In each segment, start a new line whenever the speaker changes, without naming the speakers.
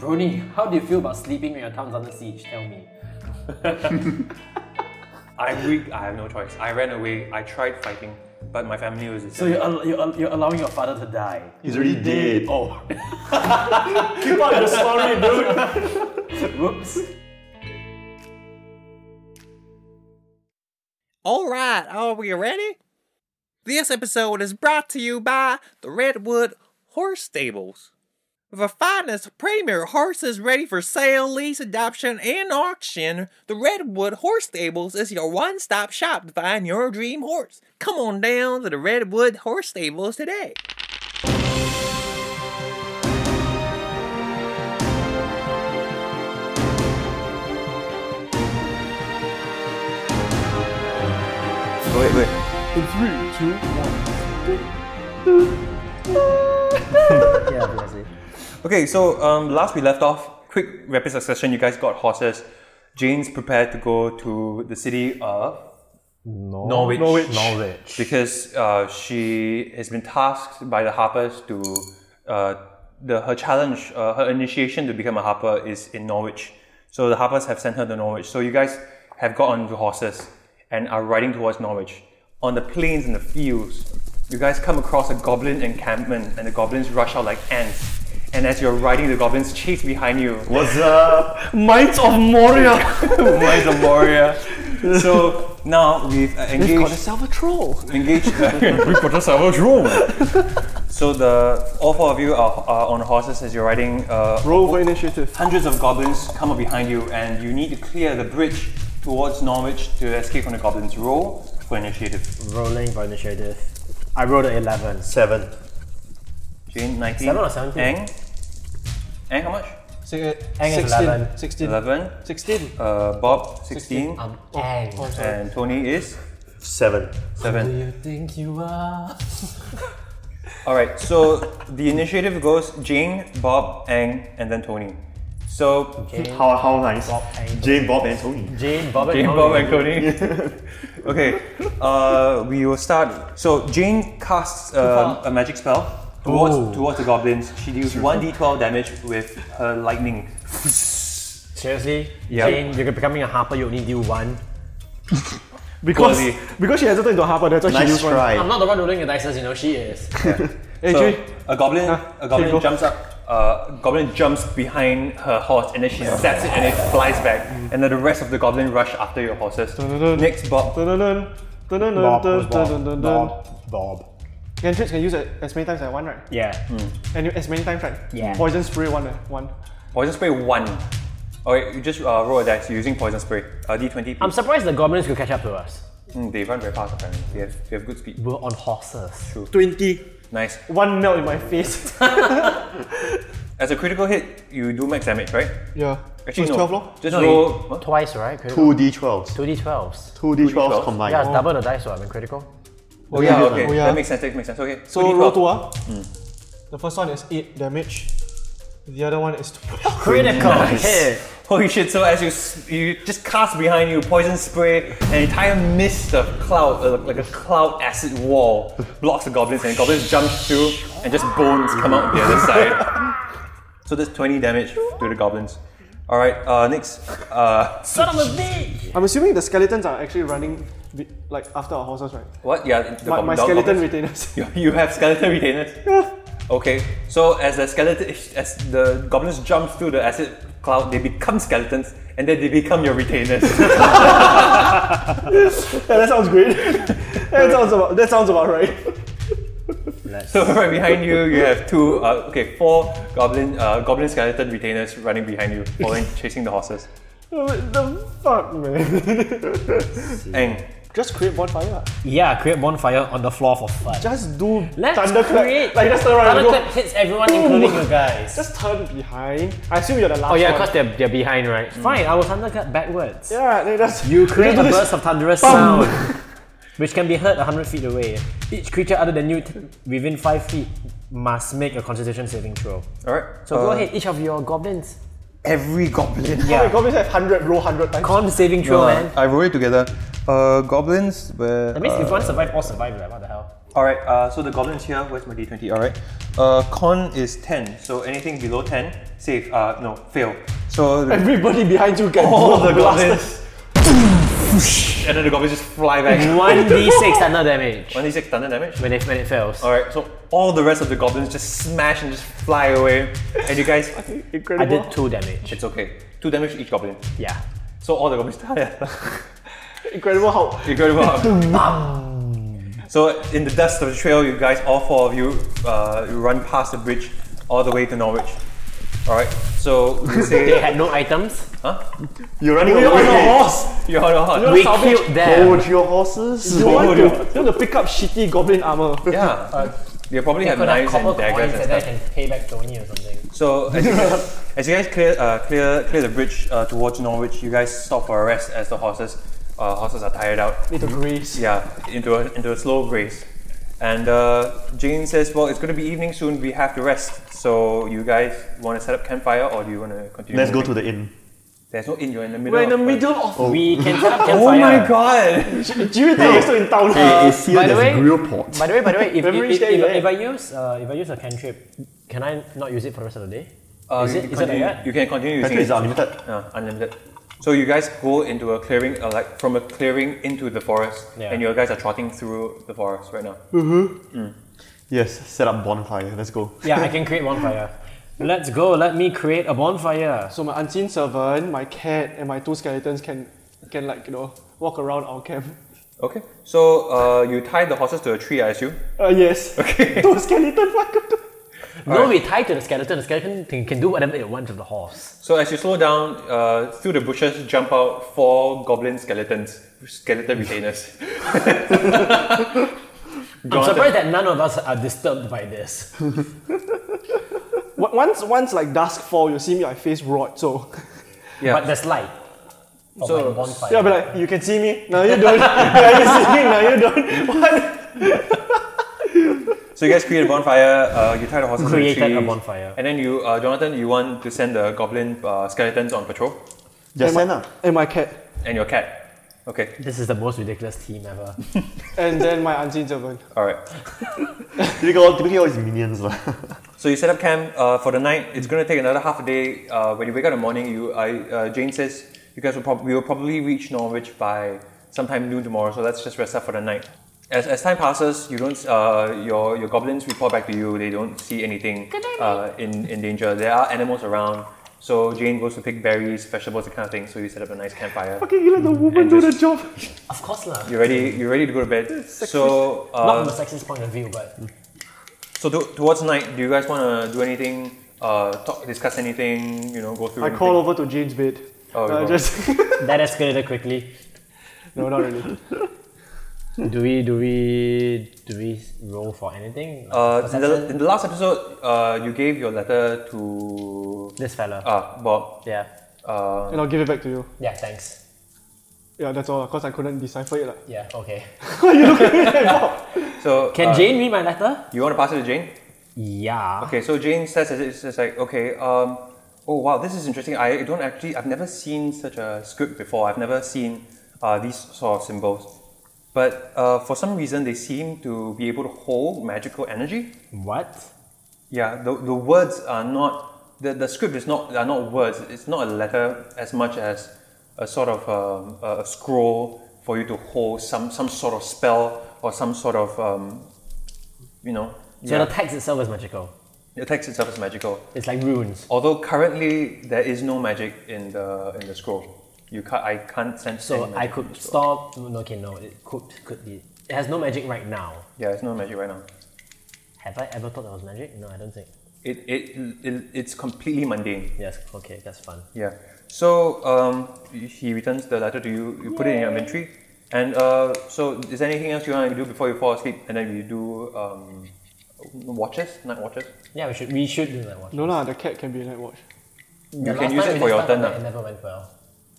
Brony, how do you feel about sleeping when your town's under siege? Tell me.
I'm weak. I have no choice. I ran away. I tried fighting, but my family was.
So you're, al- you're, al- you're allowing your father to die.
He's already dead.
Oh. Keep on the story, dude. Whoops.
All right, are we ready? This episode is brought to you by the Redwood Horse Stables, the finest premier horses ready for sale, lease, adoption, and auction. The Redwood Horse Stables is your one-stop shop to find your dream horse. Come on down to the Redwood Horse Stables today.
Wait, wait.
Okay, so um, last we left off, quick rapid succession. You guys got horses. Jane's prepared to go to the city of Norwich. Norwich. because uh, she has been tasked by the Harpers to uh, the her challenge, uh, her initiation to become a Harper is in Norwich. So the Harpers have sent her to Norwich. So you guys have got onto horses and are riding towards Norwich. On the plains and the fields, you guys come across a goblin encampment, and the goblins rush out like ants. And as you're riding, the goblins chase behind you.
What's up?
Minds of Moria.
Where's the warrior? So now we've uh, engaged.
Self a troll.
engaged. So the all four of you are, are on horses as you're riding. Uh,
Roll for initiative.
hundreds of goblins come up behind you, and you need to clear the bridge towards Norwich to escape from the goblins. Roll for initiative.
Rolling for initiative. I rolled an 11.
Seven.
Jane, 19.
Seven or 17?
Ang. Ang, how much?
uh, Ang is 11.
16.
11.
16.
Uh, Bob, 16.
I'm Ang.
And Tony is
Seven.
7.
You think you are?
All right, so the initiative goes Jane, Bob, Ang, and then Tony. So
How, how nice.
Bob and-
Jane, Bob, and Tony.
Jane, Bob, and
Jane,
Tony.
Bob, and Cody. okay, uh, we will start. So Jane casts uh, a magic spell towards towards the goblins. She deals one d12 damage with her lightning.
Seriously?
Yeah.
Jane, you're becoming a harper, you only deal one.
Because,
Quality.
because she hasn't turned into a harper, that's why she
Nice
used one.
I'm
try.
not the one rolling the dices, you know, she is.
Hey,
So
Jay,
a goblin, a
here you go.
goblin jumps up. Uh, goblin jumps behind her horse and then she zaps it and it flies back. And then the rest of the goblin rush after your horses.
Mm. dun.
Next, Bob.
Dun-dun-dun, dun-dun-dun,
Bob,
dun-
who's Bob?
dun-dun-dun.
Bob. Bob.
Cantrips can use it as many times as I want, right?
Yeah.
And you- as many times, right?
Yeah.
Poison spray one, eh, one.
Poison spray one. Alright, you just uh, roll a dice using poison spray. Uh, D20.
I'm surprised the goblins could catch up to us.
Mm, they run very fast apparently. They have, they have good speed.
We're on horses.
Twenty.
Nice.
One melt in my face.
As a critical hit, you do max damage, right?
yeah.
Actually, no.
so it's twelve, lor. Oh,
Just
No,
roll.
you-
what?
Twice, right? Critical.
Two D12s.
Two d12s.
Two D12s
D12s.
combined.
Yeah, it's double the dice, so I'm in critical.
Oh, yeah, okay.
Oh, yeah.
That makes Hmm. sense. That makes sense. Okay.
So
Two D12.
roll two, ah. The first one is eight damage. The other one is twelve.
Critical
Nice.
hit!
Holy shit! So as you s- you just cast behind you poison spray, an entire mist of cloud, uh, like a cloud acid wall, blocks the goblins, and the goblins jump through, and just bones come out the other side. So that's twenty damage to the goblins. All right. Uh, next. Uh,
I'm assuming the skeletons are actually running, be- like after our horses, right?
what? Yeah. The
My,
gob-
my
dog-
skeleton
goblins.
retainers.
You, you have skeleton retainers. Okay, so as the skeleton, as the goblins jump through the acid cloud, they become skeletons, and then they become your retainers.
yeah, that sounds great. that sounds about. That sounds about right.
so right behind you, you have two, uh, okay, four goblin, uh, goblin skeleton retainers running behind you, following, chasing the horses.
What the fuck, man?
And
just create bonfire. ah.
Yeah, create bonfire on the floor for fun.
Just do
Let's
thunderclap.
create
Like just turn around and
Thunderclap
go.
hits everyone, including you guys.
Just turn behind. I assume you're the last
oh yeah,
one.
because they're, they're behind, right? Fine, I will thunderclap backwards.
Yeah, they just
You create a
just do this.
burst of thunderous sound,
Bum.
which can be heard 100 feet away. Each creature other than you t- within 5 feet must make a constitution saving throw.
all right,
So
Uh.
go ahead, each of your goblins.
uh, Every goblin.
Oh,
Yeah.
my goblins have hundred roll hundred times.
Con saving throw, man.
I roll it together. Uh, goblins were. uh,
That means if one survive, all survive, right? What the hell?
all right. Uh, so the goblins here. Where's my d twenty? All right. Uh, con is ten. So anything below ten Save. Uh, no, fail. So the-
Everybody behind you can
all
blow
the
blasters.
goblins. and then the goblins just fly back.
One d six thunder damage
One d six thunder damage.
when it when it fails.
All right. So all the rest of the goblins just smash and just fly away, and you guys,
I did two damage.
it's okay. Two damage each goblin.
Yeah.
So all the goblins die.
Incredible how
you go to So in the dust of the trail, you guys, all four of you, uh, you run past the bridge all the way to Norwich. All right. So we
They
say,
had no items.
huh?
You're running
you're on a
away.
horse.
You're on a hunt.
We
salvage
killed
Oh,
them.
Hold your horses.
You want, to,
dude.
you want to pick up shitty goblin armor.
Yeah. you probably have
Uh, Could have
knives
copper
and
coins
daggers and
and I
stuff.
can pay back Tony or something.
So as you guys, as you guys clear, uh, clear, clear the bridge uh, towards Norwich, you guys stop for a rest as the horses, uh, horses are tired out.
Need to grease.
Yeah, into a, into a slow grace. And uh, Jane says, "Well, it's going to be evening soon. We have to rest. So you guys want to set up campfire, or do you want to continue?
Let's go to
moving?
the inn.
There's no inn. You're in the middle.
We're in the
of
middle of
We can set up
Oh
campfire.
my god!
Jimmy Town is still in town.
Uh,
it's here,
by the
there's
way-
a grill pot.
By the way, by the way, if, if,
Memories
if,
there,
if,
yeah.
if I use uh, if I use a cantrip, can I not use it for the rest of the day?
Uh,
Is it- is
you can
it like
continue-
that?
You can continue. using
Actually, it's
it.
unlimited.
Uh, unlimited. So you guys go into a clearing, uh, like from a clearing into the forest,
Yeah.
and you guys are trotting through the forest right now.
Yes, set up bonfire. Let's go.
Yeah, I can create bonfire. Let's go. Let me create a bonfire.
So my unseen servant, my cat, and my two skeletons can can like you know walk around our camp.
Okay. So uh, you tie the horses to a tree, I assume.
Uh, yes. Okay. Two skeleton fuck.
No, we tie to the skeleton. The skeleton can, can do whatever it wants with the horse.
So as you slow down uh, through the bushes, jump out four goblin skeletons, skeleton retainers.
I'm surprised that none of us are disturbed by this.
O- Once once like dusk fall, you see me like face rot. So
Yeah.
But there's light. For
So-
my bonfire.
yeah, but like you can see me. Now you don't. yeah, you see me. Now you don't. What?
So you guys create a bonfire. Uh, you tie the horses. to the
Created a
trees,
bonfire.
And then you, uh, Jonathan, you want to send the goblin uh, skeletons on patrol
Just send up.
And my cat.
and your cat. Okay.
this is the most ridiculous team ever.
And then my unseen servant.
All right.
Typical, typical all his minions lah.
So you set up camp uh, for the night. It's gonna take another half a day. Uh, when you wake up in the morning, you, I, uh, Jane says you guys will probably we will probably reach Norwich by sometime noon tomorrow. So let's just rest up for the night. As, as time passes, you don't uh, your your goblins report back to you. They don't see anything uh, in in danger. There are animals around. So Jane goes to pick berries, vegetables, that kind of thing. So you set up a nice campfire.
Okay, you let the woman do the job.
of course lah.
You're ready. You're ready to go to bed. So
Not
uh,
from a sexist point of view, but
so to, towards night, do you guys want to do anything? Uh, talk, discuss anything? You know, go through.
I
anything?
call over to Jane's bed.
Oh, you
Uh,
go.
just
that escalated quickly.
no, not really.
Do we do we do we roll for anything? Like
Uh, in, the,
perception?
in the last episode, uh, you gave your letter to
this fella.
uh, Bob.
yeah.
Uh,
And I'll give it back to you.
Yeah. Thanks.
Yeah, that's all. Cause I couldn't decipher it. Like.
Yeah. Okay.
Uh, so
Can
uh,
Jane read my letter?
You want to pass it to Jane?
Yeah.
Okay. So Jane says it's it's just like okay. Um, oh wow, this is interesting. I don't actually. I've never seen such a script before. I've never seen uh, these sort of symbols. But uh, for some reason, they seem to be able to hold magical energy.
What?
Yeah, the, the words are not the, the script is not are not words. It's not a letter as much as a sort of um, a a scroll for you to hold some some sort of spell or some sort of um, you know.
So
yeah.
the text itself is magical.
the text itself is magical.
It's like runes.
Although currently there is no magic in the in the scroll. You can't, I can't sense
So
any
I
magic in
could
the scroll.
stop. no, Okay, no, it could could be. It has no magic right now.
Yeah, there's no magic right now.
Have I ever thought that was magic? No, I don't think.
It, it, it it's completely mundane.
Yes. Okay, that's fun.
Yeah. So um, he returns the letter to you. You put it in your inventory. And uh, so, is there anything else you want to do before you fall asleep? And then you do um, watches, night watches.
Yeah, we should we should do that one.
No lah, the cat can be a night watch.
You can use it for your turn.
It
lah.
never went well.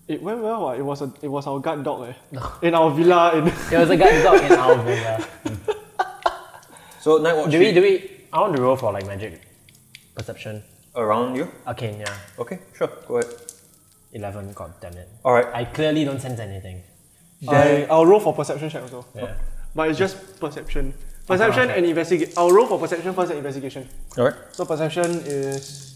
It went well. ah. It was a, it was our guard dog eh. in our villa. In
There was a guy dog in our villa.
So night watch
Do we? Do we? I want to roll for like magic perception.
around you.
Okay, yeah,
Okay, sure. Go ahead.
eleven. God damn it!
All right.
I clearly don't sense anything.
I, I'll roll for perception check also.
Yeah.
But it's just perception. Perception and investigation. I'll roll for perception first and investigation.
All right.
So perception is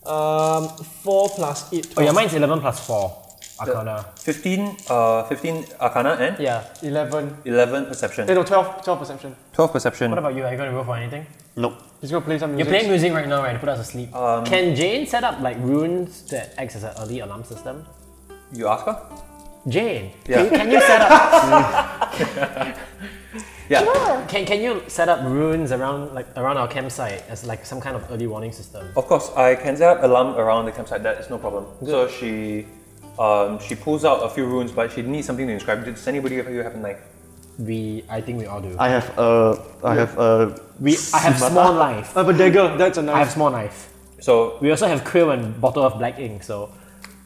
Um, 4 plus 8,
Oh
12.
yeah, mine's eleven plus four. Arcana.
15, uh, 15 Arcana and
Yeah.
11.
11
Eh,
Perception.
no, 12, 12 perception.
12 Perception.
What about you? Are you gonna roll for anything?
Nope.
He's gonna play some
You're
music.
playing music right now, right? To put us asleep. Can Jane set up like runes that acts as an early alarm system?
You ask her?
Jane, can,
Yeah.
you, can you set up
Yeah.
can, can you set up runes around like around our campsite as like some kind of early warning system?
Of course, I can set up alarm around the campsite. That is no problem. So she, um, she pulls out a few runes, but she needs something to inscribe. Does anybody of you have a knife?
We, I think we all do.
I have a. I have a.
we, I have
Simata.
small knife.
I have a Uh, dagger, that's a
I
knife.
have small knife.
So
We also have quill and bottle of black ink. So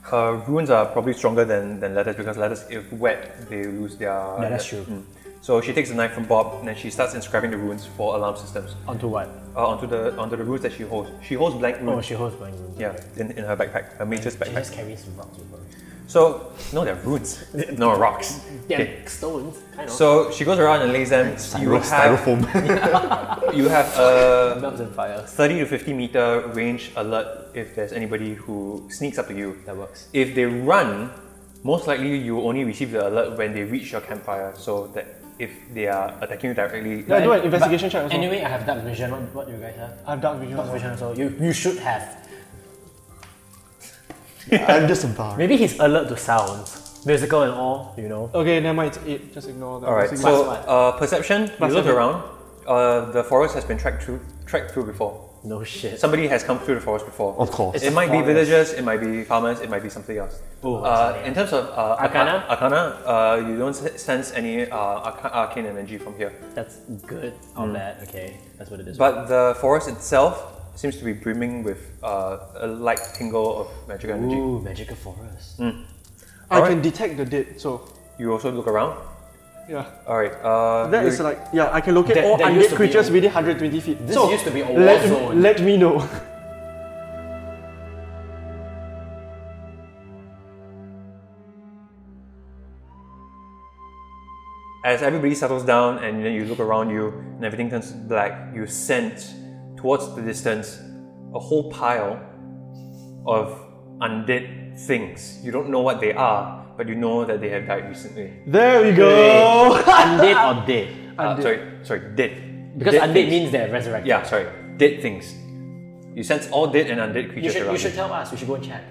her runes are probably stronger than, than letters because letters, if wet, they lose their. Mm.
yeah, that's true.
So she takes a knife from Bob and then she starts inscribing the runes for alarm systems
Onto what?
uh, onto the onto the runes that she holds. She holds blank
Oh,
runes.
she holds blank runes.
yeah, in, in her backpack, her mage's
She
backpack.
just carries rocks with her.
So no, they're runes, no rocks.
Yeah,
Okay.
stones. Kind of.
So she goes around and lays them. You have
styrofoam.
you have a
Belts and fire.
30 to 50 meter range alert if there's anybody who sneaks up to you.
That works.
If they run, most likely you will only receive the alert when they reach your campfire. So that if they are attacking you directly,
Yeah, I do an investigation check as well.
Anyway, I have dark vision. What, what do you guys have?
I have dark vision. as
Dark
well.
vision as well. You, you should have.
I'm just a bar.
Maybe he's alert to sounds. Musical and all, you know.
Okay, never mind, it's 8. Just ignore that.
All right.
Just ignore
So
that.
uh, perception.
Plus
you look
seven.
around. Uh, the forest has been tracked through, tracked through before.
No shit.
Somebody has come through the forest before.
Of course.
it might
forest.
be villagers, it might be farmers, it might be something else.
Oh,
uh,
sorry.
in terms of uh,
Arcana?
arca- Arcana, uh, you don't s- sense any uh, arca- arcane energy from here.
That's good or bad. Okay, that's what it is.
Mm. But the forest itself seems to be brimming with uh, a light tingle of magic energy.
ooh, magical forest.
Mm.
I
Alright.
can detect the dead, so
You also look around.
yeah.
All right. Uh,
That
you-
is like, yeah, I can locate
That-
all
that used to
undead
be
creatures
a-
within 120 feet.
This
so,
used to be a war
let,
zone.
let me know.
As everybody settles down and then you look around you and everything turns black, you sense towards the distance a whole pile of undead things. You don't know what they are, but you know that they have died recently.
There we go.
undead or dead?
Uh, sorry, sorry, dead.
Because
Dead
undead
things.
means they're resurrected.
yeah, sorry, dead things. You sense all dead and undead
You
creatures
should, you
around
should tell us. We should go and check.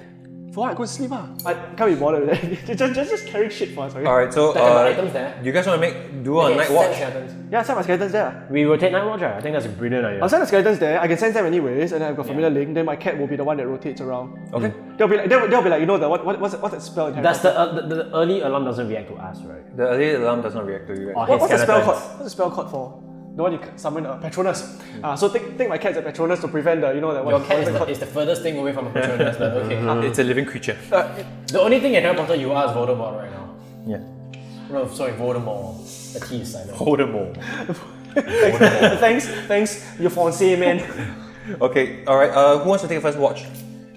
For what? I go to sleep ah. I can't be bothered with that. just, just, just carrying shit for us, okay?
All right, so
Like, about
uh,
items there.
you guys want to make do a
Okay,
Oh, night
set
watch?
skeletons.
Yeah, send my skeletons there.
We rotate night watch. right? I think that's a brilliant idea.
I'll send the skeletons there. I can send them anyways, and then I've got familiar link. Then my cat will be the one that rotates around.
Okay.
They'll be like, they'll, they'll be like, you know, the what, what, what's, that- what's that spell? in Harry
That's
Potter?
the, uh, the the early alarm doesn't react to us, right?
The early alarm does not react to you guys.
Okay,
What- what's the spell called?
skeletons.
What's the spell called for? The one you c- summon uh, Patronus. Uh, so take, take my cat as a Patronus to prevent the, you know, that one.
Your cat is the, is the furthest thing away from a patronus, but okay.
It's a living creature.
Uh, The only thing in Harry Potter you are is Voldemort right now.
Yeah.
No, sorry, Voldemort. The T is silent.
Voldemort.
thanks, thanks, your fiancé, man.
Okay, all right. Uh, who wants to take a first watch?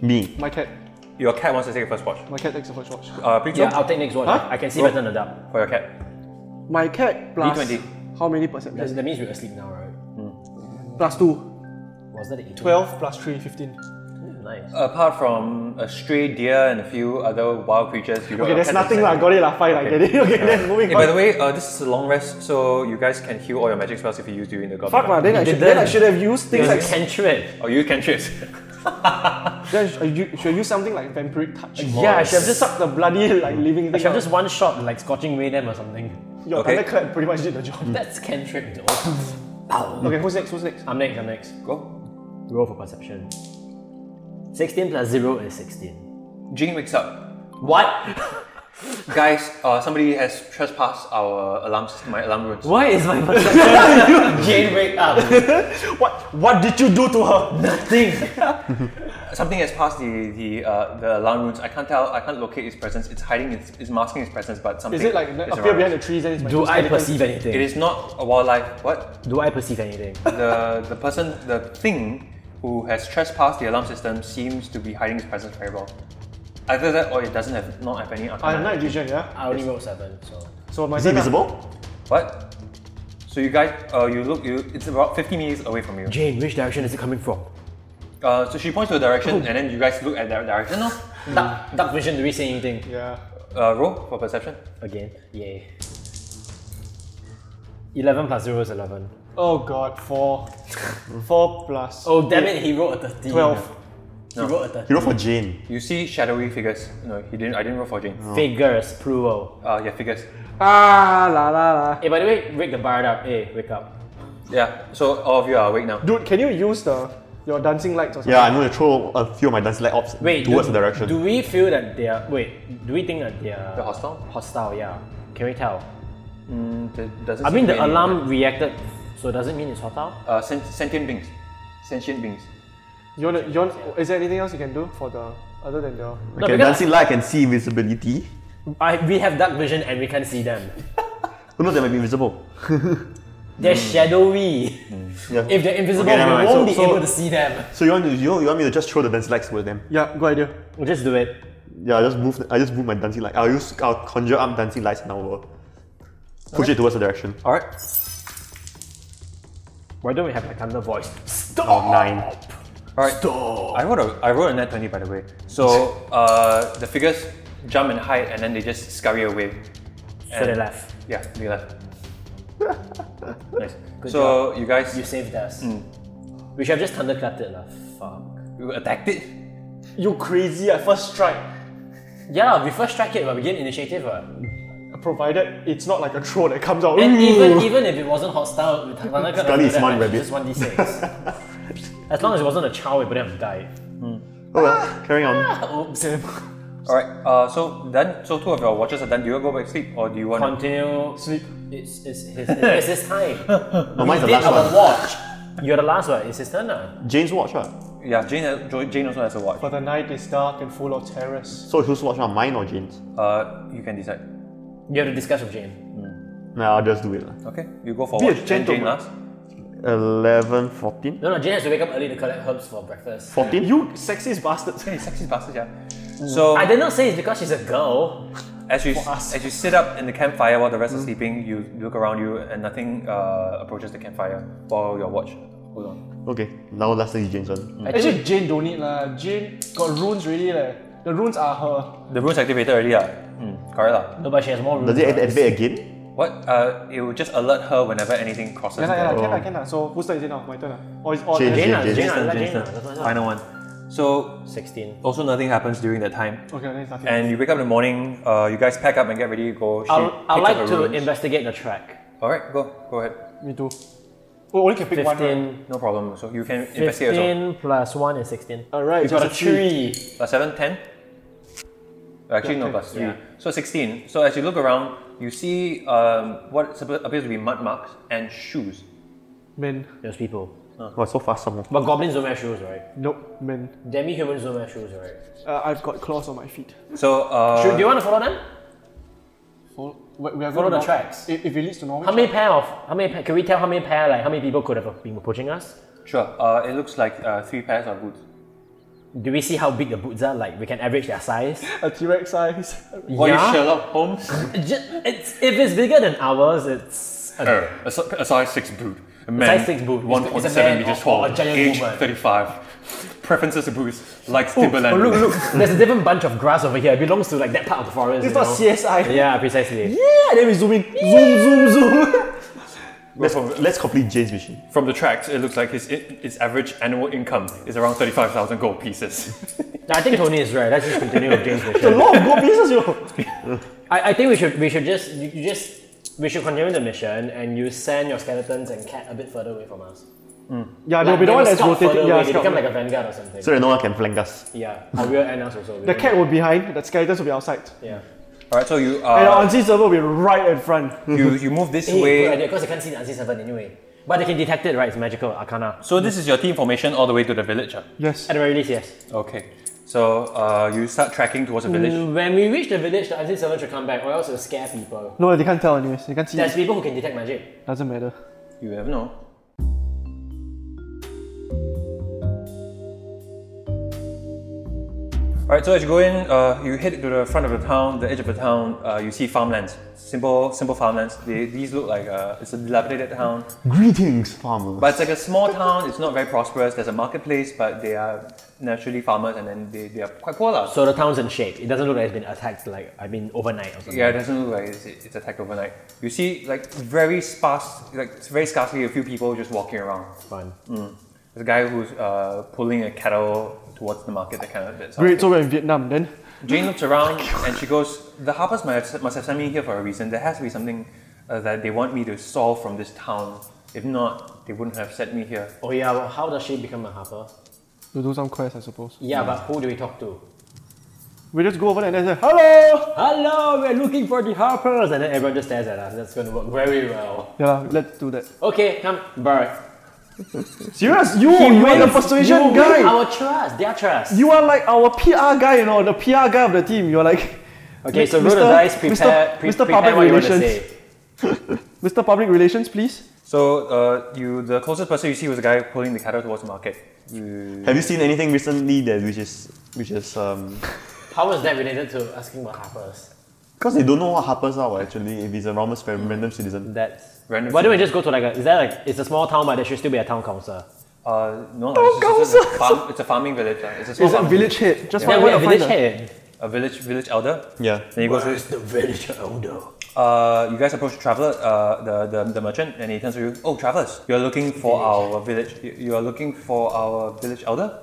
Me.
my cat,
Your cat wants to take a first watch.
my cat takes the first watch.
Uh, Pixel
Yeah, I'll take next one.
Huh?
I can see
Roll.
better than a dub.
for your cat.
My cat plus
D20.
how many percent?
That, that means we're asleep now, right?
Plus 2.
Was that 18?
12 plus 3, 15.
Nice.
Apart from a stray deer and a few other wild creatures, you
Okay, there's nothing lah.
like.
Got it lah. Fine, I get it. Okay, then moving
Hey, by the
on.
way, uh, this is a long rest, so you guys can heal all your magic spells if you use during the goblin.
Fuck lah. Then I should
didn't.
then I should have used things
It's
like
a cantrip.
Oh, you can choose.
then I should, I u- should use something like vampiric touch.
Yeah, I should have
Just
just,
suck the bloody like living
I
thing.
should have
out.
just one shot like scorching ray them or something.
your
Okay.
thunderclap pretty much did the job.
That's cantrip though.
Okay, who's next? Who's next?
I'm next, I'm next.
Go.
Roll for perception. 16 plus 0 is 16.
Jean wakes up.
What?
Guys, uh, somebody has trespassed our alarm system, my alarm runes.
Why is my perception? Jane, wake up.
What What did you do to her?
Nothing.
Something has passed the the, uh, the alarm runes. I can't tell. I can't locate its presence. It's hiding. It's, it's masking its presence, but something
Is it like
is
appear
around.
behind the trees and it's my
Do
two
I
skeletons?
perceive
It
anything?
is not a wildlife. What?
Do I perceive anything?
the the person the thing who has trespassed the alarm system seems to be hiding his presence very well. Either that or it doesn't have not have any
I have
arcana.
night vision, yeah.
I only rolled 7, so.
So my
Is it visible?
What? So you guys uh, you look you it's about fifty meters away from you.
Jane, which direction is it coming from?
Uh, so she points to a direction,
Oh.
and then you guys look at that direction. No,
Dark, dark vision, do we see anything?
Yeah.
uh, roll for perception.
Again. Yay. 11 plus 0 is 11.
Oh god, four. four plus.
Oh, damn it, he rolled a 13.
12.
He rolled a 13.
You know for Jane.
You see shadowy figures. No, he didn't. I didn't roll for Jane.
Oh. Figures, plural.
Uh, yeah, figures.
Ah, la la la.
Hey, by the way, wake the bard up. Hey, wake up.
Yeah. So all of you are awake now.
Dude, can you use the your dancing lights or something?
Yeah, I'm gonna throw a few of my dance light ops
Wait,
towards
do,
the direction.
Do we feel that they are. Wait, do we think that they are.
The hostile.
hostile, yeah. Can we tell?
Mm, th- doesn't
I
seem
mean,
to
the
be any-
alarm reacted, so does it mean it's hostile?
Uh, sent- sentient beings. Sentient beings.
You wanna, you wanna, Is there anything else you can do for the other than the?
okay,
because-
dancing light can see invisibility.
I, we have dark vision and we can't see them.
Who knows they might be invisible?
They're shadowy.
Yeah.
If they're invisible,
Okay, never
we
mind.
won't
So-
be
so-
able to see them.
So you want to, you, want- you want me to just throw the dancing lights towards them?
Yeah, good idea.
We'll just do it.
Yeah, I just move. I just move my dancing light. I'll use. I'll conjure up dancing lights and I'll uh, push it towards the direction.
All right.
Why don't we have like thunder voice? Stop!
Oh, nine. Oh,
All right. I wrote a I wrote a net twenty by the way. So uh, the figures jump and hide, and then they just scurry away.
So they left.
Yeah, they left. nice. so you guys
You saved us. We should have just thunderclapped it, lah. Fuck.
you attacked it.
You crazy! I first strike.
Yeah, we first strike it, but we get initiative, right?
Provided it's not like a throw that comes out.
And
"Ooh."
even even if it wasn't hostile, with thunderclap,
Sekali
it's
is one rabbit.
Just one d six. As long as it wasn't a child, it wouldn't have died.
Oh well, carrying on.
Oops.
All right. Uh, so then, so two of your watches are done. Do you go back to sleep, or do you want? to
Continue. Sleep. It's it's his it's his time.
Oh, mine's the
Did
last
our
one.
watch. You're the last one. It's his turn ah. now.
Jane's watch, right?
Yeah, Jane. uh, Jo- Jane also has a watch.
But the night is dark and full of terrors.
So whose watch? Are mine or Jane's?
Uh, you can decide.
You have to discuss with Jane.
Nah, I'll just do it. lah.
Okay, you go for
Be a
watch. And Jane
gentleman.
last.
Eleven, fourteen.
No, no, Jane has to wake up early to collect herbs for breakfast.
Fourteen.
You sexist bastards.
Hey, sexy bastard, yeah. So
I did not say it's because she's a girl.
as you as you sit up in the campfire while the rest are
Mm.
sleeping, you look around you and nothing uh, approaches the campfire. Follow your watch. Hold on.
Okay, now last thing is Jane's one.
Actually, Jane don't need lah. Jane got runes really leh. The runes are her.
The rune's activated already, yeah. Mm, correct lah.
No, but she has more room.
Does it activate again?
What? Uh, it will just alert her whenever anything crosses.
Yeah lah,
the-
yeah lah, can lah, can lah. So whose turn is it now? My turn lah. Or is all
Oh.
Jane,
Jane,
Jane,
lah, Jane,
Jane.
lah,
Jane's
let
turn,
Jane,
Jane's
lah,
turn.
that's why not.
Final one. So
16.
also nothing happens during that time.
Okay, then it's nothing.
And you wake up in the morning. Uh, you guys pack up and get ready to go. She
I'll,
picks
I'd
up
like
her
to
runes.
investigate the track.
All right, go go ahead.
Me too. Oh, only can pick one. Right?
15.
No problem. So you can investigate
15
as well.
plus 1 is 16.
Alright,
you got a
just a three.
3.
Plus 7, 10? Uh, Actually, no,
ten.
plus 3. So 16. So as you look around, you see um, what suppo- appears to be mud marks and shoes.
Men.
Those people.
Wow, so fast some more.
But goblins don't wear shoes, right?
Nope, men.
Demi humans don't wear shoes, right?
Uh, I've got claws on my feet.
So, uh,
Should, do you want to follow them?
Follow, we we are
Follow
going
the
to Nor-
tracks.
If, if it leads to Norwich.
How many pair of. How many pair, Can we tell how many pair, like, how many people could have been approaching us?
sure. Uh, it looks like uh, three pairs of boots.
Do we see how big the boots are? Like, we can average their size?
A T-Rex size.
What
Yeah?
is Sherlock Holmes?
Ju- it's, if it's bigger than ours, it's. A,
Er, a, si- a size 6 boot. A man,
size Oh. six boot. It's- it's a man or- or a giant woman.
35. Preferences of boots. Likes
oh, look, look, there's a different bunch of grass over here. It belongs to like that part of the forest.
it's
you
not
know?
CSI.
Yeah, precisely.
Yeah, then we zoom in. Zoom, zoom, zoom.
Let's, let's complete Jane's mission.
From the tracks, it looks like his, his average annual income is around 35,000 gold pieces.
No, I think Tony is right. Let's just continue with James'
a
mission.
lot of gold pieces, you know.
I, I think we should we should just you, you just we should continue the mission and you send your skeletons and cat a bit further away from us.
Yeah,
Like,
they'll be the
they
one
will
that's
scout further
rotating. Yeah,
away. They
scout
become
away.
like a vanguard or something.
So that no one can flank us.
yeah, or we'll end us also.
the cat will be behind, the skeletons will be outside.
Yeah.
All right, so you
Oh.
And our
uh,
unseen server will be right in front.
you you move this
Hey,
way.
good idea, because they can't see the unseen servant anyway. But they can detect it, right? It's magical, arcana.
So this is your team formation all the way to the village. ah?
Yes.
At the very least, yes.
Okay. So uh, you start tracking towards the village.
When we reach the village, the unseen servant should come back, or else it'll scare people.
No, they can't tell anyways. They can't see.
There's people who can detect magic.
Doesn't matter.
You never know. Alright, so as you go in, uh, you head to the front of the town, the edge of the town, uh, you see farmlands. Simple, simple farmlands. They, these look like uh, it's a dilapidated town.
Greetings, farmers.
But it's like a small town, it's not very prosperous. There's a marketplace, but they are naturally farmers and then they, they are quite poor. lah.
So the town's in shape. It doesn't look like it's been attacked like I mean overnight or something.
Yeah, it doesn't look like it's, it's attacked overnight. You see, like, very sparse, like, it's very scarcely a few people just walking around.
Fun.
There's a guy who's uh, pulling a cattle towards the market, that kind of bit.
Great, so we're in Vietnam then.
Jane looks around and she goes, The Harpers must have, must have sent me here for a reason. There has to be something uh, that they want me to solve from this town. If not, they wouldn't have sent me here.
Oh yeah, well, how does she become a harper?
To do some quest, I suppose.
Yeah, but who do we talk to?
We just go over there and then say, hello!
Hello, we're looking for the harpers, and then everyone just stares at us. That's going to work very well.
Yeah, lah, let's do that.
Okay, come, Bert.
Serious? You,
Oh,
you are the persuasion
you
guy!
Win our trust, their trust.
You are like our PR guy, you know, the PR guy of the team. You're like.
okay, so roll
Mr.
the dice.
Mr.
Prepare, pre-
Mr.
prepare
Public
what you want to
Relations.
say.
Mr. Public Relations, please.
So, uh, you the closest person you see was a guy pulling the cattle towards the market.
Have you seen anything recently that which is which is um?
How is that related to asking about harpers?
Because they don't know what harpers are actually. If it's a random, random citizen,
That's
Random
Why don't we
city.
just go to like a? Is that like it's a small town, but there should still be a town council.
Uh, no, oh, it's, just- it's a farm, it's a farming village. lah. It's a small
It's a
farming
village head. Just
Yeah,
find
we're
where
a
to find
village
the-
head.
A village village elder.
yeah.
Then he goes,
Where's the village elder?
uh, you guys approach the traveler, uh, the, the, the merchant, and he turns to you, oh, travelers, you're looking for our village, you- you are looking for our village elder?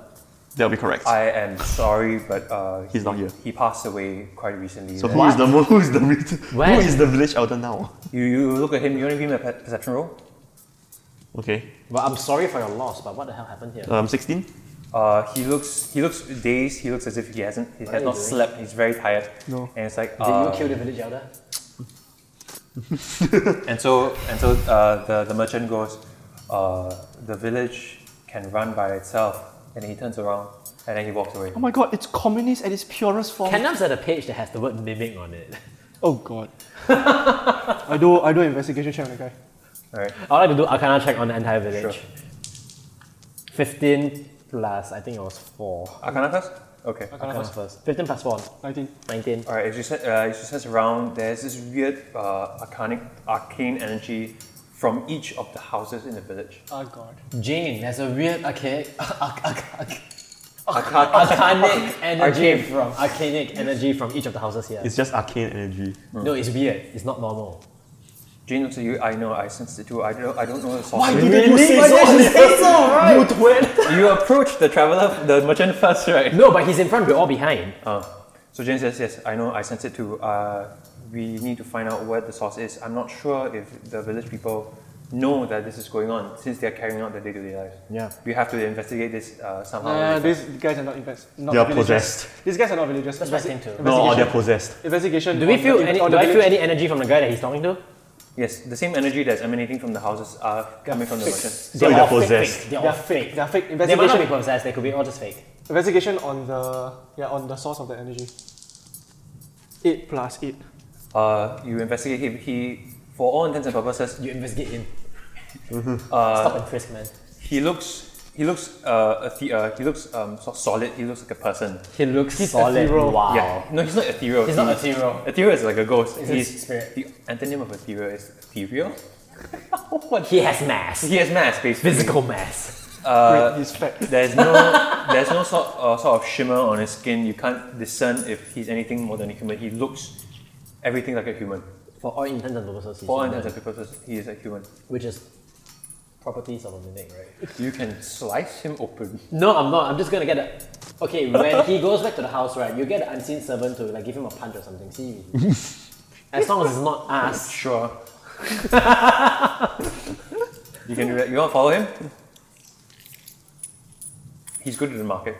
That'll be correct.
I am sorry, but uh,
He's not here.
He passed away quite recently.
so
Uh,
who is the who is the re-
Where?
who is the village elder now?
you, you look at him. You want to give him a per- perception roll?
Okay,
Well, I'm sorry for your loss, but what the hell happened here?
um, sixteen.
Uh, he looks he looks dazed. He looks as if he hasn't he
are
has
you
not
doing?
slept. He's very tired.
No.
And it's like
Did
uh,
you kill the village elder?
and so and so uh, the the merchant goes, uh, the village can run by itself. And he turns around and then he walks away.
Oh
Um,
my god, it's communist at its purest form.
Can Canup's at a page that has the word mimic on it.
oh god. I do I do investigation check on the guy.
All right.
I would like to do Arcana check on the entire village. 15 plus, I think it was 4.
Arcana first. Okay.
Arcana first. 15 plus 4,
19.
19.
All right, as you said, uh, as you says around, there's this weird uh, arcanic, arcane energy from each of the houses in the village.
Oh god.
Jane, there's a weird archaic.
Arca-
Arcanic energy
Arcane.
from arcanic energy from each of the houses here.
It's just arcane energy.
no, it's weird. It's not normal.
Jane looks at you. I know. I sensed it too. I don't. I don't know the source. of it."
Really? Why didn't you say so, right? You twin.
You approach the traveler, the merchant first, right?
No, but he's in front. We're all behind.
Uh, so Jane says, "Yes, I know. I sense it too. Uh, we need to find out where the source is. I'm not sure if the village people know that this is going on since they are carrying out their day-to-day lives.
Yeah.
we have to investigate this uh, somehow.
Uh, these guys are not invest. Not
They are
villagers.
possessed.
These guys are not villagers.
That's what I think too.
No, or
investigation.
they're possessed.
Investigation.
Do we
on
feel
the,
any?
on
Do
Oh,
I
the
feel
village.
any energy from the guy that he's talking to?
yes, the same energy that's emanating from the houses are coming from the merchant.
So
They're
they're
all fake,
possessed.
fake. They're
They
all
are fake.
fake.
They are fake.
They might not be
Investigation.
possessed. They could be all just fake.
Investigation on the yeah on the source of the energy. Eight plus eight.
Uh, you investigate him. He, for all intents and purposes,
You investigate him. Mm-hmm. Uh, Stop and frisk, man.
he looks he looks uh, ethe- uh he looks um so solid. He looks like a person.
He looks solid.
ethereal.
Wow.
Yeah. No, he's not ethereal.
Oh. He's not ethereal.
Ethereal is like a ghost.
It's a
he's
spirit.
The antonym of ethereal is ethereal.
He has mass.
He has mass, basically.
Physical mass.
Wait, he's fat.
There's no there's no sort uh, sort of shimmer on his skin. You can't discern if he's anything more than a human. He looks everything like a human.
For all intents and purposes, he's
For all
human,
intents and purposes, he is a human.
which is properties of a mimic, right?
You can slice him open.
No, I'm not. I'm just gonna get a. Okay, when he goes back to the house, right? You get an unseen servant to like give him a punch or something. See, as long as it's not us.
Sure. you can do that. You want to follow him? He's good to the market.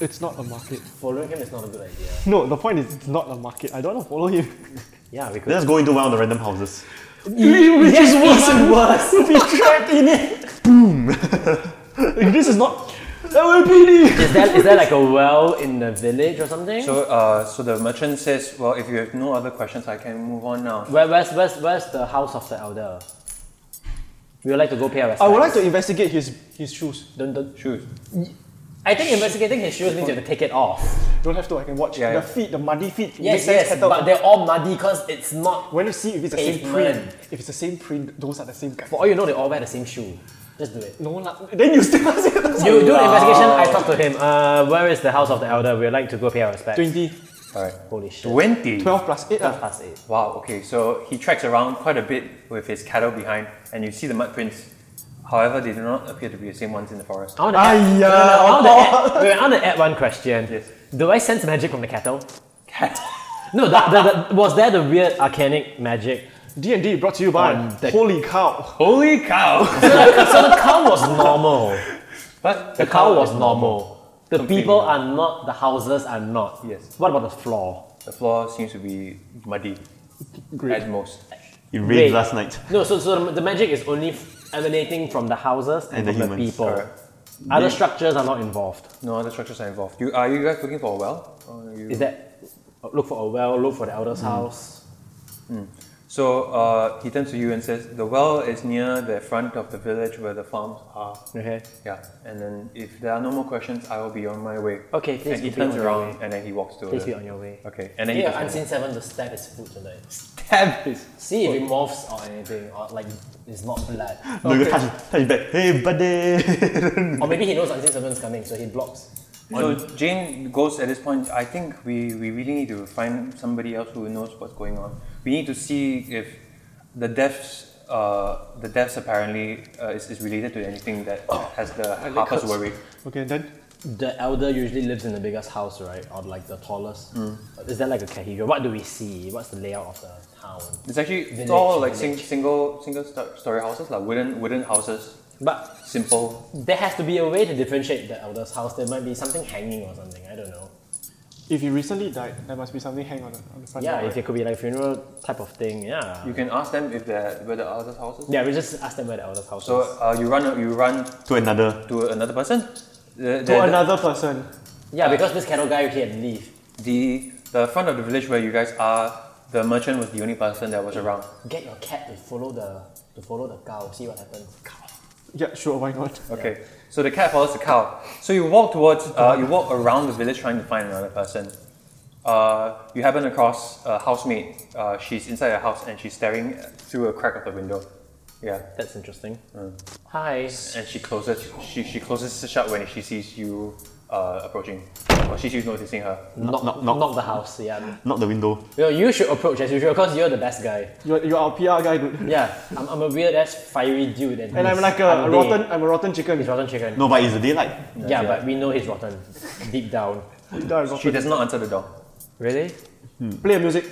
It's not a market.
Following him is not a good idea.
No, the point is it's not a market. I don't want to follow him.
Yeah, we could.
Let's go into one of the random houses.
Which is worse.
Even worse.
Be trapped in it. Boom. this is not. That will be the.
Is there, is there like a well in the village or something?
So, uh, so the merchant says, "Well, if you have no other questions, I can move on now."
Where, where's, where's, where's the house of the elder? We would like to go pay our respects.
I would like to investigate his his shoes.
Don't, don't,
Shoes.
I think investigating his shoes means you have to take it off.
Don't have to. I can watch
Yeah,
the
yeah.
feet, the muddy feet.
Yes, yes, but they're all muddy because it's not.
when you see if it's the same
Pavement.
print, if it's the same print, those are the same guys.
For all you know, they all wear the same shoe. Just do it.
No lah. Then you still ask it.
You do the investigation. I talk to him. Uh, where is the house of the elder? We'd like to go pay our respects.
20,
Alright.
Holy shit.
20.
12 plus 8
Half
ah.
past eight.
Wow, okay, so he tracks around quite a bit with his cattle behind, and you see the mud prints. However, they do not appear to be the same ones in the forest.
I want to add,
Aiya.
no, no, no, I want to add, wait, I want to add one question.
Yes.
Do I sense magic from the cattle?
Cat.
No, the, the, the, was there the weird arcanic magic?
D&D brought to you by
On deck.
Holy Cow.
Holy cow!
So the cow was normal.
but
The cow was normal. The
Completely
people are not, the houses are not.
Yes.
What about the floor?
The floor seems to be muddy
Great.
at most.
It
Wait.
rained last night.
No, so, so the, the magic is only emanating from the houses and,
And the
from the
humans,
people.
correct.
Other structures are not involved.
No other structures are involved. You, are you guys looking for a well? Or are you-
Is that look for a well, look for the elder's house?
So uh, he turns to you and says, "The well is near the front of the village where the farms are."
Okay.
Yeah. And then if there are no more questions, I will be on my way.
Okay, please
And he
be on
turns
your
around
way.
and then he walks to.
Please
the-
be on your way.
Okay. And then he
Yeah,
goes
unseen seven to stab his food tonight.
Stab his.
See if it morphs or anything, or like it's not blood.
No, you touch, touch it back. Hey, buddy.
or maybe he knows unseen seven's coming, so he blocks.
So Jane goes at this point. I think we, we really need to find somebody else who knows what's going on. We need to see if the deaths. Uh, the deaths apparently uh, is, is related to anything that
Oh.
has the Harper's worry.
Okay, then
The elder usually lives in the biggest house, right, or like the tallest. Is that like a cathedral? What do we see? What's the layout of the town?
It's actually it's
Village,
all like sing,
village.
single single sto- story houses, like wooden wooden houses,
But
simple.
there has to be a way to differentiate the elder's house. There might be something hanging or something. I don't know.
if you recently died, there must be something hang on the, on the front
Yeah,
door,
if it could be like funeral type of thing. Yeah.
You can ask them if they're where the other houses.
yeah, we just ask them where the elder's house
So
is.
uh, you run you run
to another.
to another person. The,
To another person.
Yeah, because this cattle guy he had leave.
the the front of the village where you guys are. The merchant was the only person that was around.
Get your cat to follow the to follow the cow. See what happens.
Yeah, sure, why not?
Okay, so the cat follows the cow. So you walk towards,
Uh-huh.
uh, you walk around the village trying to find another person. Uh, you happen across a housemaid. Uh, she's inside a house and she's staring through a crack of the window. Yeah,
That's interesting. Hi.
and she closes. She she closes the shut when she sees you uh, approaching, or she sees you noticing her.
Knock, knock,
knock,
knock,
knock.
the house. Yeah.
Not the window.
Yo, you should approach as usual because you're the best guy.
You're, you're our PR guy, dude.
Yeah. I'm, I'm a weird ass fiery dude. And,
And I'm
he's-
like a,
I'm
rotten,
gay.
I'm a rotten chicken.
He's rotten chicken.
No, but it's the daylight.
yeah, but we know he's rotten deep down.
You die, rotten.
She does not answer the door.
Really?
Play music.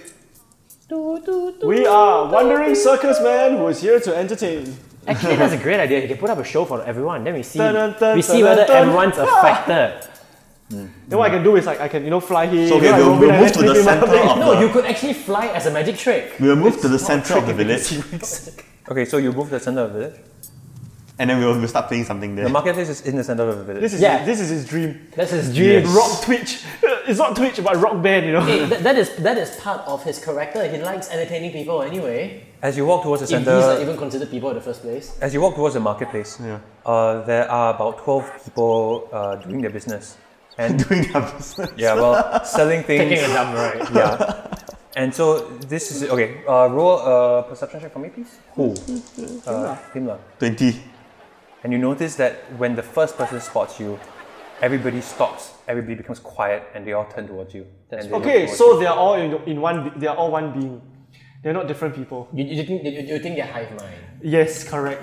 We are Wandering Circus Man who is here to entertain.
Actually, that's a great idea. You can put up a show for everyone. Then we see
Dun, dun, dun,
we see
dun,
whether
dun.
everyone's affected.
Then what I can do is like I can you know fly here.
So, okay,
you know, like
we'll- we'll
Robin like
move to
that,
the
flip him
center
up.
of-
No, you could actually fly as a magic trick.
We will move to the center of the village
Okay, so you move to the center of the village.
and then we'll, we'll start playing something
The
there.
marketplace is in the center of the village.
This is
Yeah.
this is his dream.
That's his dream.
Yes.
Rock Twitch. It's not Twitch but rock band, you know.
Hey, that, that is that is part of his character. He likes entertaining people anyway.
As you walk towards the
If he's
center,
not even considered people in the first place.
As you walk towards the marketplace, uh, there are about 12 people uh, doing their business. And
Doing our business.
yeah, well, selling
Taking a
things.
dump, right?
Yeah. And so this is okay. Uh, roll a perception check for me, please. Who? Uh, Pimla.
20.
And you notice that when the first person spots you, everybody stops, everybody becomes quiet, and they all turn towards you. And they look
Okay,
towards
so
you.
they are all in, in one they are all one being. They're not different people.
You, you, think, you, you think they're hive mind.
Yes, correct.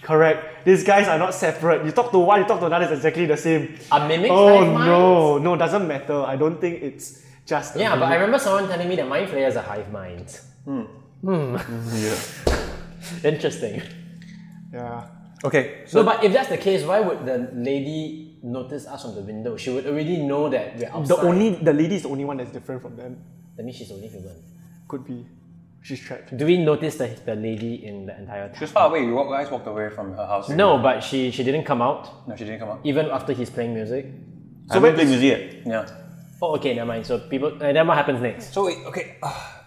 Correct. These guys are not separate. You talk to one, you talk to another, it's exactly the same.
Are mimics
Oh
hive minds?
no, no, doesn't matter. I don't think it's just. a
Yeah, but I
mimic.
remember someone telling me that mind flayers are hive minds. Hmm. Hmm. Interesting.
yeah.
Okay, so
No, but if that's the case, why would the lady notice us from the window? She would already know that we're outside.
The only the lady is the only one that's different from them.
That means she's only human.
Could be, she's trapped.
Do we notice the, the lady in the entire
she
town?
was far away. You walk- guys walked away from her house.
No, but she, she didn't come out,
No, she didn't come up.
even after he's playing music.
So I haven't played music yet.
Yeah.
Oh, uh, okay, never mind. So people, and then what happens next?
So, wait, okay,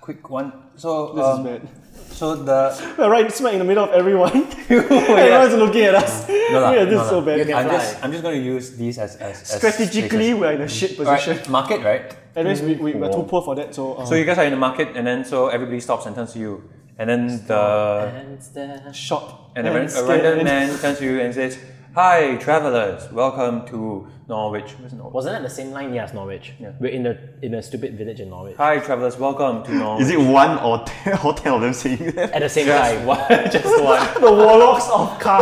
quick uh, one. So,
This
um,
is bad.
So the
We're right smack in the middle of everyone.
Oh, yeah.
Everyone's looking at us.
No lah,
yeah, this
no
is so
lah.
bad.
You can
I'm
fly.
just I'm just gonna use these as, as, as
Strategically,
places.
we're in a shit
Alright,
position.
market right.
Anyways, we, we, we're too poor for that, so. Um,
So you guys are in the market, and then so everybody stops and turns to you, and then the
shot.
and a, ran- a
scared
random
and-
man turns to you and says, "Hi, travelers, welcome to Norwich." Where's Norwich?
Wasn't that the same line? Yes, Norwich.
Yeah.
We're in a in a stupid village in Norwich.
Hi, travelers, welcome to Norwich.
Is it one or ten, all ten of them saying that?
At the same time, just one.
The warlocks of Ka.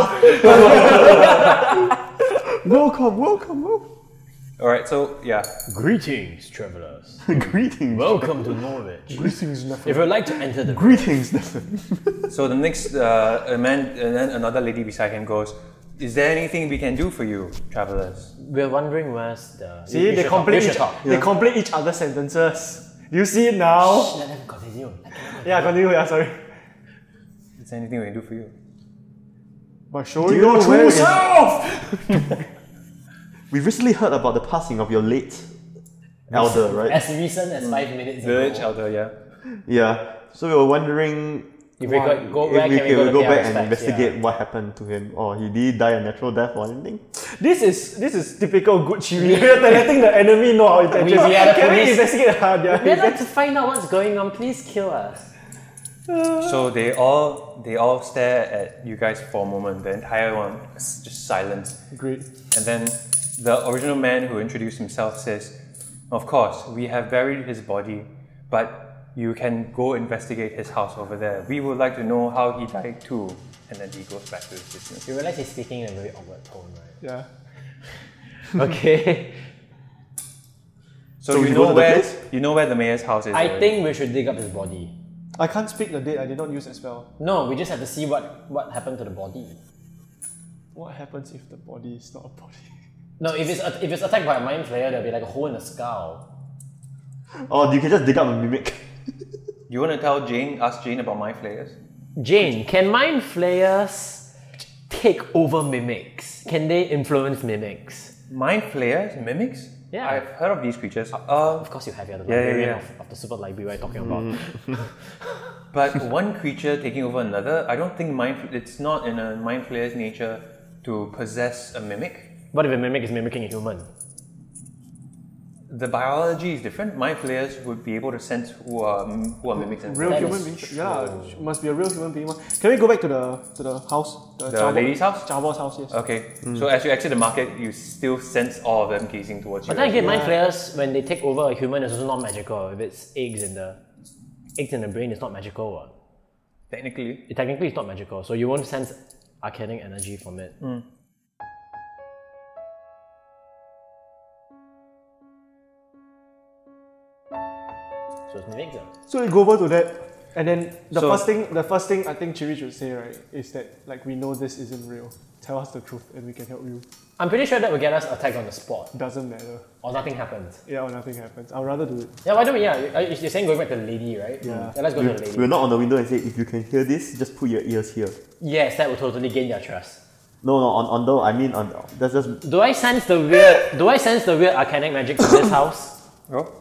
Welcome, welcome, welcome.
All right, so yeah,
Greetings, travelers.
Greetings.
Welcome to Norwich.
Greetings, nephew.
If you'd like to enter the
Greetings, Nathan.
so the next uh, a man and then another lady beside him goes, "Is there anything we can do for you, travelers?"
We're wondering where's the. we-
See,
we
they
should talk, we
complete,
should
each,
talk.
they complete each other's sentences. Do you see it now?
Let them continue.
Yeah, continue, yeah, sorry.
Is there anything we can do for you?
By showing
you know
where
true
is-
We recently heard about the passing of your late elder, right?
As recent as five minutes
Village
ago.
elder, yeah.
Yeah. So we were wondering
If we could go
if
back,
we
can we go,
can
to
go
pay our
back and
respects? Yeah.
investigate what happened to him, or he did die a natural death or anything.
This is this is typical good chiri. We're letting the enemy know our intentions.
we are the
Can
police.
we investigate how they are?
We'd like to find out what's going on. Please kill us.
So they all they all stare at you guys for a moment. The entire one is just silence.
Great.
And then the original man who introduced himself says, "Of course, we have buried his body, but you can go investigate his house over there. We would like to know how he died too." And then he goes back to his business.
You realize he's speaking in a very awkward tone, right?
Yeah.
Okay.
So,
So we
you
go to
know
the
where
place?
you know where the mayor's house is. uh,
I
already.
think we should dig up his body.
I can't speak the date. I did not use that spell.
No, we just have to see what, what happened to the body.
What happens if the body is not a body?
No, if it's if it's attacked by a mind flayer, there'll be like a hole in the skull.
Or you can just dig up a mimic.
you want to tell Jane, ask Jane about my players.
Jane, can mind flayers take over mimics? Can they influence mimics?
Mind flayers, mimics.
Yeah.
I've heard of these creatures. Uh,
Of course, you have the other
yeah,
librarian
yeah. Mm.
Of, of the super library we're talking about.
But one creature taking over another, I don't think mind. It's not in a mind flayer's nature to possess a mimic.
What if a mimic is mimicking a human?
The biology is different. Mind flayers would be able to sense who are who are mimics and
Real
That
human
is
being. Yeah, she must be a real human being. Can we go back to the to the house?
The
Chao Bo-
lady's house?
Chao Bo's house. Yes.
Okay, so as you exit the market, you still sense all of them gazing towards you.
But then again, mind flayers when they take over a human is also not magical. If it's eggs in the eggs in the brain, it's not magical. What?
Technically,
It technically it's not magical, so you won't sense arcanic energy from it.
Mm.
So it's mimics. ah.
So we go over to that, and then the
So-
first thing, the first thing I think Chiri should say right is that like we know this isn't real. Tell us the truth, and we can help you.
I'm pretty sure that will get us attacked on the spot,
Doesn't matter.
or nothing happens.
Yeah, or nothing happens. I'd rather do it.
Yeah, why don't we? Yeah, you- uh, you're saying going back to the lady, right?
Yeah.
let's go to the
We're
lady.
not on the window and say, if you can hear this, just put your ears here.
Yes, that will totally gain their trust.
No, no, on, on the, I mean, on, that's just,
Do I sense the weird? do I sense the weird arcanic magic in this house?
roll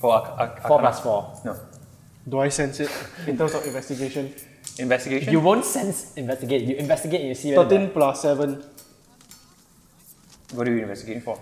for arc- arc-
Four
arcana-
plus four.
No
Do I sense it in terms of investigation?
investigation.
You won't sense investigate. You investigate and you see whether
Thirteen plus seven.
what are you investigating for?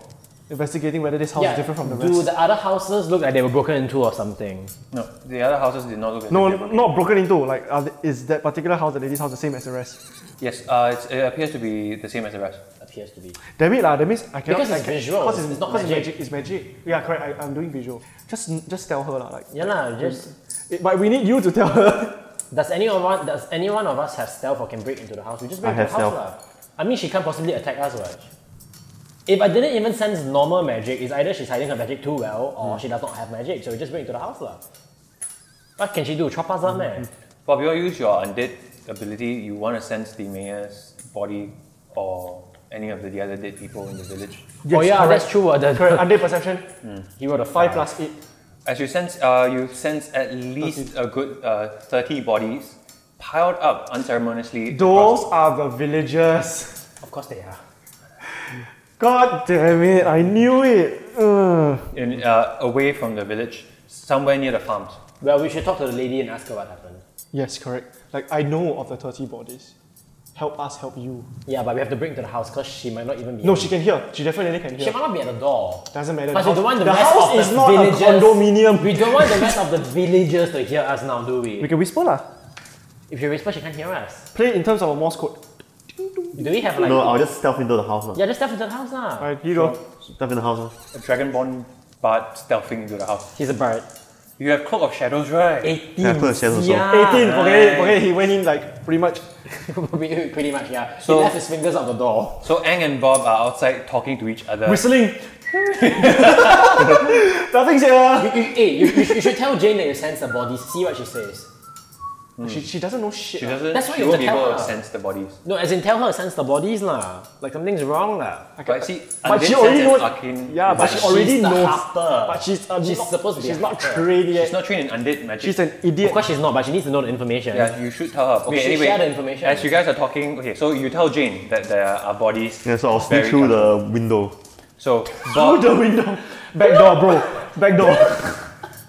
Investigating whether this house
Yeah.
is different from the
Do
rest.
the other houses look like they were broken into or something?
No, the other houses did not look. as
no,
if they were-
not broken into. Like, are the, is that particular house, the lady's house, the same as the rest?
Yes, uh, it's, it appears to be the same as the rest.
Appears to be.
Damn it, lah. That means I cannot.
Because it's
I can-
visual,
Because
it's not
because
magic.
It's magic. It's magic. Yeah, correct. I, I'm doing visual. Just, just tell her, lah. Like,
Yeah lah. Just
it- but we need you to tell her.
does any of us does any one of us have stealth or can break into the house? We just break
I
into the house
have
lah. I mean, she can't possibly attack us, right? If I didn't even sense normal magic, it's either she's hiding her magic too well
Hmm.
or she does not have magic, so we just break into the house lah. What can she do? Chop us up, man.
Mm-hmm.
Bob, you use your undead ability. You want to sense the mayor's body or any of the other dead people in the village.
oh
Yes,
yeah,
correct.
that's true. Uh, the,
Correct. Undead perception.
he wrote a
Five
five plus.
plus eight.
As you sense, uh, you sense at least a good uh, 30 bodies piled up unceremoniously.
Those
across-
are the villagers.
Of course they are.
God damn it! I knew it. Ugh.
in, uh, away from the village, somewhere near the farms.
Well, we should talk to the lady and ask her what happened.
Yes, correct. Like I know of the thirty bodies. Help us, help you.
Yeah, but we have to bring it to the house because she might not even be.
No, she can hear. She definitely can
She
hear.
might not be at the door.
Doesn't matter.
But we don't want the,
the
rest
house
of the
is not
villagers.
a condominium.
We don't want the rest of the villagers to hear us now, do we?
We can whisper lah.
If you whisper, she can't hear us.
Play in terms of a Morse code.
Do we have like?
No, I'll just stealth into the house. Yeah.
yeah, just step into the house now.
Alright, you go.
Stealth in the house. ah.
A dragonborn bard stealthing into the house.
He's a bird.
You have Cloak of Shadows,
Eh.
right?
Eighteen.
Yeah, I put a shadow also.
yeah.
18, okay, okay, he went in like pretty much.
Pretty- Pretty much, yeah.
So-
he left his fingers out the door.
So Ang and Bob are outside talking to each other.
Whistling! Nothing's here!
You, you, hey, you, you, should- you should tell Jane that you sense the body. See what she says.
She, she doesn't know shit.
She
ah.
doesn't.
That's why
she
you
won't
have
be
to
able
tell
to
her.
sense the bodies.
No, as in tell her sense the bodies lah. Like something's wrong lah.
But see, undead
But she
sense
already
an
knows.
arcane-
yeah, but, she
But
already
she's the
knows.
harper.
But she's um,
She's
not-
supposed to be
She's
a
not
harper.
trained yet.
She's not trained in undead magic.
She's an
Of
idiot.
course she's not, but she needs to know the information.
Yeah, you should tell her.
We
Okay,
should
anyway,
share the information.
as you guys are talking, okay, so you tell Jane that there are bodies.
Yeah, so I'll sneak
buried
through
under-
the window.
So
Through
Bob,
the window. Back door, bro. Back door.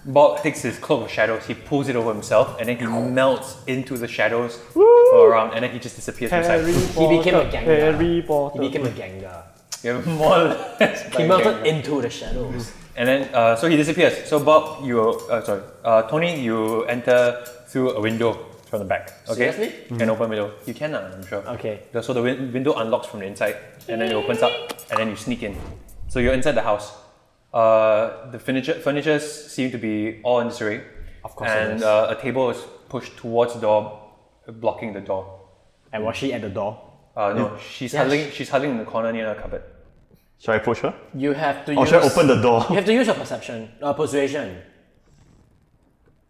Bob takes his cloak of shadows. He pulls it over himself, and then he melts into the shadows all around, and then he just disappears from
Harry
sight.
Potter.
became a gangster.
Harry Potter.
He became a ganger.
You have more or less
He
like
melted
Gangnam.
into the shadows.
And then, uh, so he disappears. So Bob, you, uh, sorry, uh, Tony, you enter through a window from the back. Okay,
Seriously? Mm-hmm.
an open window. You can, uh, I'm sure.
Okay.
The- So the win- window unlocks from the inside, and then it opens up, and then you sneak in. So you're inside the house. Uh, the furniture, furnitures seem to be all in disarray. Of
course it
And
is.
Uh, a table is pushed towards the door, blocking the door.
And was she at the door?
Uh,
Mm.
no, she's
Yeah,
huddling. She's huddling in the corner near the cupboard.
Should I approach her?
You have to use
Or Oh, should I open the door?
You have to use your perception. Uh, persuasion.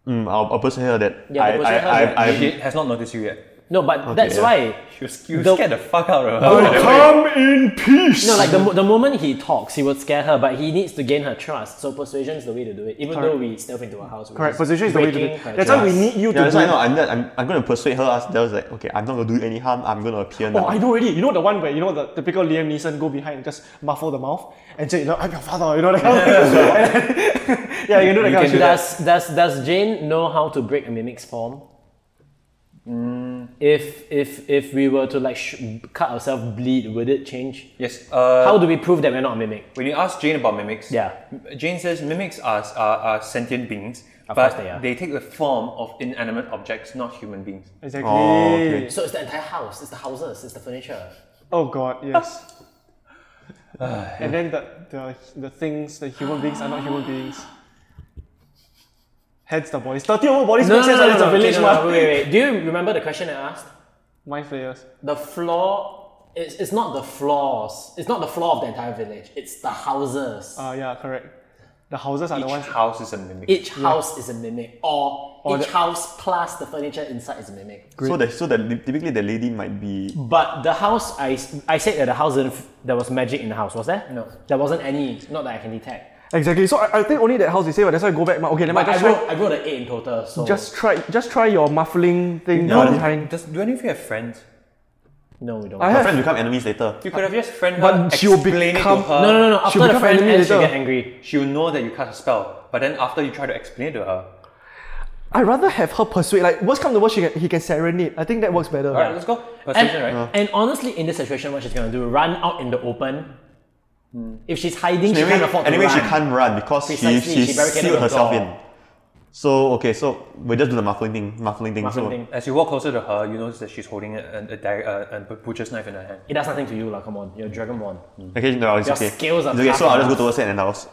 Mm, I'll approach her that
Yeah,
I,
approach
I,
her
I,
that
I,
she has not noticed you yet.
No, but that's
yeah.
why.
She was, you
The-
scared the fuck out of her.
Come in peace!
No, like
Mm-hmm.
the, mo- the moment he talks, he would scare her, but he needs to gain her trust. So persuasion is the way to do it. Even though we stealth into her house. which
Correct, position is the way to do
breaking
it.
her
That's why we
trust.
need you
Yeah,
to
that's
do
why I
it.
know. I'm, not- I'm, I'm going to persuade her. As that was like, okay, I'm not going to do any harm. I'm going to appear now.
Oh, I know already. You know the one where you know the typical Liam Neeson go behind and just muffle the mouth and say, you know, I'm your father. You know that kind of thing. yeah, you can do that
You can
kind of
do
shit.
that.
Does, does, does Jane know how to break a mimic's form?
Mm.
If, if, if we were to like sh- cut ourselves bleed, would it change?
Yes. Uh,
How do we prove that we're not a mimic?
when you ask Jane about mimics,
Yeah.
m- Jane says mimics are, are, are sentient beings,
course
but
they are.
take the form of inanimate objects, not human beings.
Exactly.
Oh, okay.
So it's the entire house, it's the houses, it's the furniture.
Oh god, yes. and then the, the the things, the human beings are not human beings. Hence the bodies. 30 over bodies
No,
makes
no,
sense
no,
that
no,
it's a
no,
village
okay, no, no,
one.
wait, wait, wait. Do you remember the question I asked?
Mind flayers.
The floor, it's, it's not the floors, it's not the floor of the entire village, it's the houses.
Uh, yeah, correct. The houses are the
Each
ones.
house is a mimic.
each house is a mimic, or, each
the-
house plus the furniture inside is a mimic.
So that so that typically the lady might be
But the house, I, I said that the house didn't, f- there was magic in the house, was there?
No.
There wasn't any, not that I can detect.
Exactly. So I, I think only that house is safe, that's why I go back. ma- Okay, never
But
mind.
I
Just try,
wrote, I wrote an 8 in total, so.
just try just try your muffling thing
No.
behind.
Does, do any of you have friends?
No, we don't.
I
her
have
friends become enemies later.
You could have just friend her,
But she'll
explain
become-
it to her.
no, no, no, no. After
She'll
the
become
friend
enemy
ends, she'll
later.
get angry.
She'll know that you cast a spell, but then after you try to explain it to her.
I'd rather have her persuade. Like, worst come to worst, she can, he can serenade. I think that works better.
Alright, let's go.
And,
Persuasion, right?
and honestly, in this situation, what she's gonna do? Run out in the open. If she's hiding, she can't afford
anyway
to run.
she can't run because she,
Precisely,
she,
she barricaded
sealed
the
herself
door.
in. So okay, so we just do the muffling thing, muffling thing.
Muffin
so,
thing.
As you walk closer to her, you notice that she's holding a, a, a, dag- a, a butcher's knife in her hand.
It does nothing to you, lah. Come on, you're a dragonborn.
Okay, no, it's
Your
okay.
skills are
It's okay, so
tough
I'll just go
enough.
towards it and I'll s-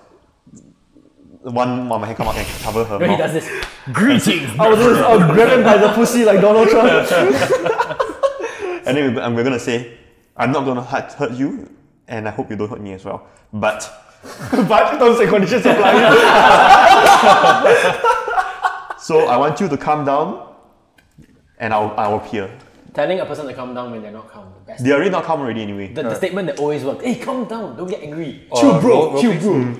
one of my hand come out and cover her.
When he does
mouth.
this,
I was just, I'll grab him uh, by the pussy like Donald Trump.
And then we- and we're gonna say, I'm not gonna hurt, hurt you, and I hope you don't hurt me as well. But
but terms and conditions apply.
so I want you to calm down, and I'll I'll appear.
telling a person to calm down when they're not calm. The best.
They already not calm already anyway.
The, the statement that always works. Hey, calm down. Don't get angry.
Oh.
Chill, bro. Chill, bro.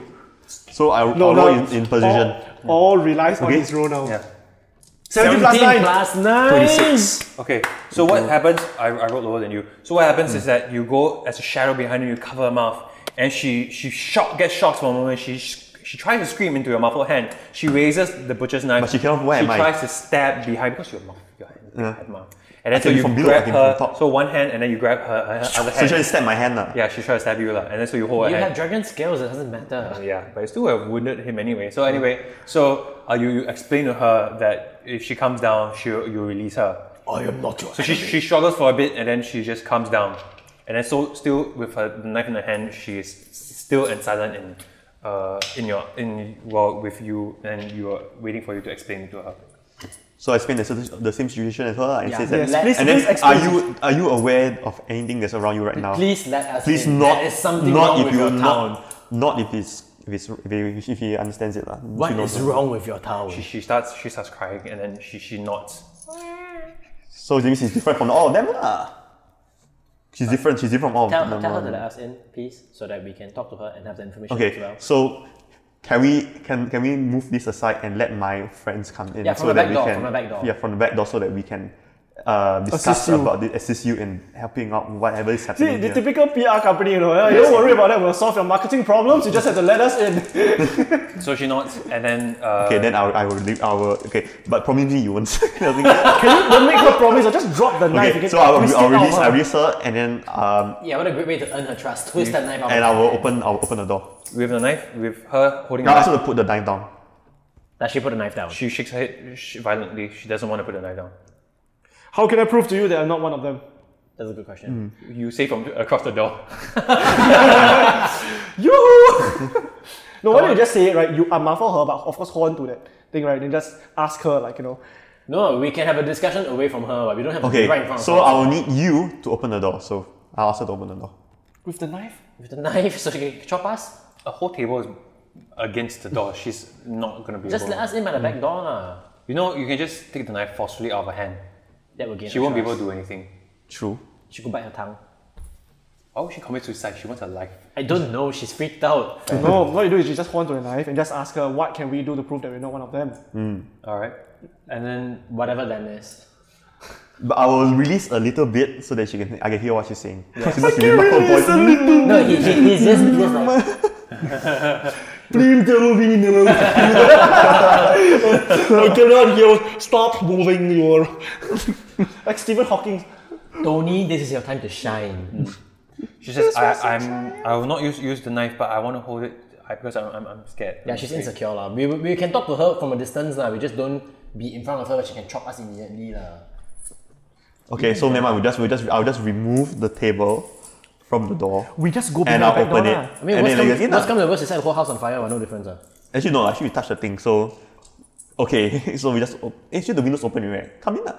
So I, I'll roll in, in position.
Oh.
All, all relies on his roll now.
Yeah.
70 plus 9.
plus nine.
Okay, so what happens? I, I wrote lower than you. So what happens
Hmm.
is that you go as a shadow behind her, you cover her mouth, and she she shock gets shocked for a moment. She sh- She tries to scream into your muffled hand. She raises the butcher's knife.
But she cannot- where
She
am I?
tries to stab behind because you're muffled. Your hand, your head mouth. And then so
can
you
from below, I
grab
can from
her.
top.
So one hand, and then you grab her, her other
So she
hand.
tried to stab my hand lah.
yeah, she tries to stab you, lah. And then so you hold her
You
hand.
have dragon skills, it doesn't matter.
Yeah, but it still would have wounded him anyway. So anyway, so uh, you, you explain to her that if she comes down, she you release her.
I am not your
So she, she struggles for a bit and then she just comes down. And then so still with her knife in her hand, she is still and silent in uh in your in well with you and you are waiting for you to explain to her.
So I explained the, situ- the same situation as her lah, and
Yeah.
says that.
Yes, please-
and then,
please
are
explain.
you are you aware of anything that's around you right now?
Please let us
Please
in.
not.
There is something
not
wrong
if
with
you
your town.
not not if it's if it's if he, if he understands it lah.
What
She knows
is
lah.
wrong with your town?
She, she starts she starts crying and then she she nods.
So James is different from all of them lah. She's different. She's different from all of
Tell,
them.
tell her uh, to
lah.
let us in, please, so that we can talk to her and have the information as well.
Okay, so can we can can we move this aside and let my friends come in
Yeah,
so
from the
that
back
we
door,
can
from the back door.
yeah from the back door so that we can uh, discuss
Assist you.
about this, assist you in helping out whatever is
See,
happening.
the
here.
typical PR company, you know, eh, you don't worry about that, we'll solve your marketing problems, you just have to let us in.
So she nods and then uh,
Okay, then I will, I will leave. I will, okay, but probably you won't. Nothing.
Can you don't make her promise or just drop the knife? you
okay,
can oh,
so I will,
twist
I will
it out
release,
of her.
I release her, and then um,
Yeah, what a great way to earn her trust. Twist that knife out.
and I will open, I will open the door.
with the knife with her holding
Now
the
I
knife,
also have to put the knife down.
That she put a knife down.
she shakes her head sh- violently. She doesn't want to put the knife down.
How can I prove to you that I'm not one of them?
That's a good
Hmm.
question.
You say from across the door.
Yoo-hoo! no, why don't you just say it, right? You are muffle her, but of course hold on to that thing, right? Then just ask her, like, you know,
No, we can have a discussion away from her, but we don't have to
Okay,
be right in front
so
of her.
I will need you to open the door. So I'll ask her to open the door.
with the knife?
With the knife, so she can chop us.
A whole table is against the door. She's not gonna be
Just
able.
let us in by the back door. lah.
You know, you can just take the knife forcefully out of her hand.
That will gain
She
her
won't be
trust.
able to do anything.
True.
She could bite her tongue.
Why would she commit suicide? She wants her life.
I don't know, she's freaked out.
No, what you do is you just hold on to the knife and just ask her, what can we do to prove that we're not one of them?
All right.
And then whatever that is.
But I will release a little bit so that she can, I can hear what she's saying. She must remember her voice.
No, he, he, he's just, he's just like,
Please tell me no. I cannot hear. Stop moving your. like Stephen Hawking.
Tony, this is your time to shine.
She says, I, I'm, I will not use, use the knife, but I want to hold it I, because I'm, I'm, I'm scared.
Yeah, she's insecure. lah. We, we can talk to her from a distance. lah. We just don't be in front of her where she can chop us immediately. lah.
Okay, so never mind. We just, we just, I'll just remove the table from the door.
We just go behind
and
the
I'll
back door.
open it.
lah.
I mean,
and
what's
then
come,
I guess,
what's come to worst is set the whole house on fire, but no difference. ah.
Actually, no, actually, we touched the thing, so. Okay, so we just. Op- eh, actually, the window's open, right? Come in, lah.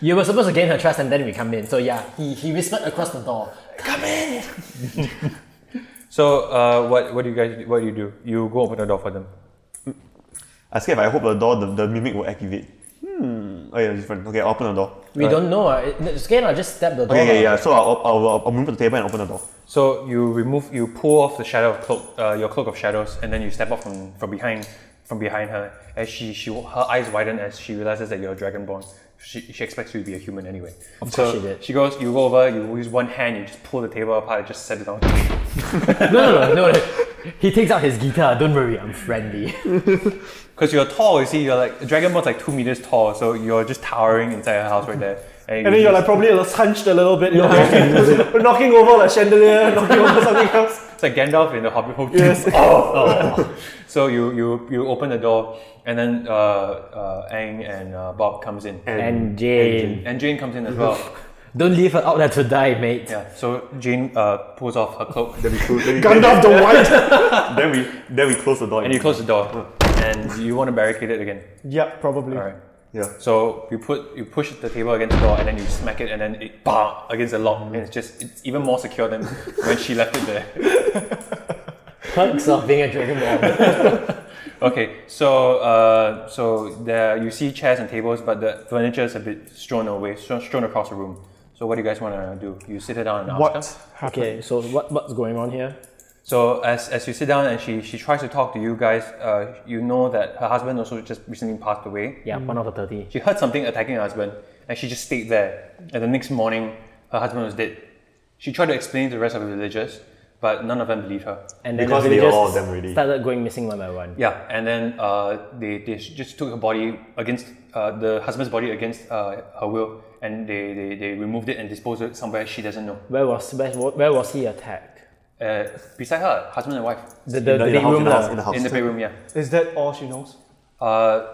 You were supposed to gain her trust and then we come in. So yeah, he, he whispered across the door. Come in!
So, uh, what, what do you guys what do you do? You go open the door for them.
I scared if I open the door, the, the mimic will activate. Hmm. Oh, yeah, different. Okay, I'll open the door.
We don't know. ah. It- It's Again, I just step the door.
Okay, okay
ah.
yeah, so I'll, op- I'll, I'll, I'll move to the table and open the door.
So, you remove, you pull off the shadow cloak, uh, your cloak of shadows, and then you step up from, from behind from behind her. As she, she her eyes widen as she realizes that you're a dragonborn. She, she expects you to be a human anyway. Of
course she did.
She goes, you go over, you use one hand, you just pull the table apart, just set it down.
No, no, no, no, no. He takes out his guitar. Don't worry, I'm friendly.
Because you're tall, you see, you're like Dragonborn's like two meters tall, so you're just towering inside her house right there.
And then you're like probably a little hunched a little bit, you know, knocking over like chandelier, knocking over something else.
it's like Gandalf in the Hobbit. Hobbit.
Yes.
oh, So you you you open the door, and then uh, uh, Aang and uh, Bob comes in,
and Jane.
and Jane comes in as well.
Don't leave her out there to die, mate.
Yeah. So Jane uh, pulls off her cloak,
Then we, close, then, we,
Gandalf the White.
then, we, then we close the door.
and you close the door, and you want to barricade it again.
yep, probably.
All right.
Yeah.
So you put you push the table against the door, and then you smack it, and then it bah against the lock, and it's just it's even more secure than when she left it there.
Perks of being a dragon ball.
Okay, so uh, so there you see chairs and tables, but the furniture is a bit strewn away, strewn, strewn across the room. So what do you guys want to do? You sit her down and ask her?
What?
okay, so what, what's going on here?
So as, as you sit down and she, she tries to talk to you guys, uh, you know that her husband also just recently passed away.
Yeah, one out of 30.
She heard something attacking her husband, and she just stayed there. And the next morning, her husband was dead. She tried to explain to the rest of the villagers, but none of them believed her.
And then
Because
the
they
villagers
all of them already.
started going missing one by one.
Yeah, and then uh, they, they sh- just took her body against uh, the husband's body against uh, her will, and they, they, they removed it and disposed it somewhere she doesn't know.
Where was where, where was he attacked?
Uh, beside her, husband and wife
The the,
In the,
the
in the
big
house,
room
in the house,
lah.
in the house.
in the bedroom. Yeah,
Is that all she knows?
uh,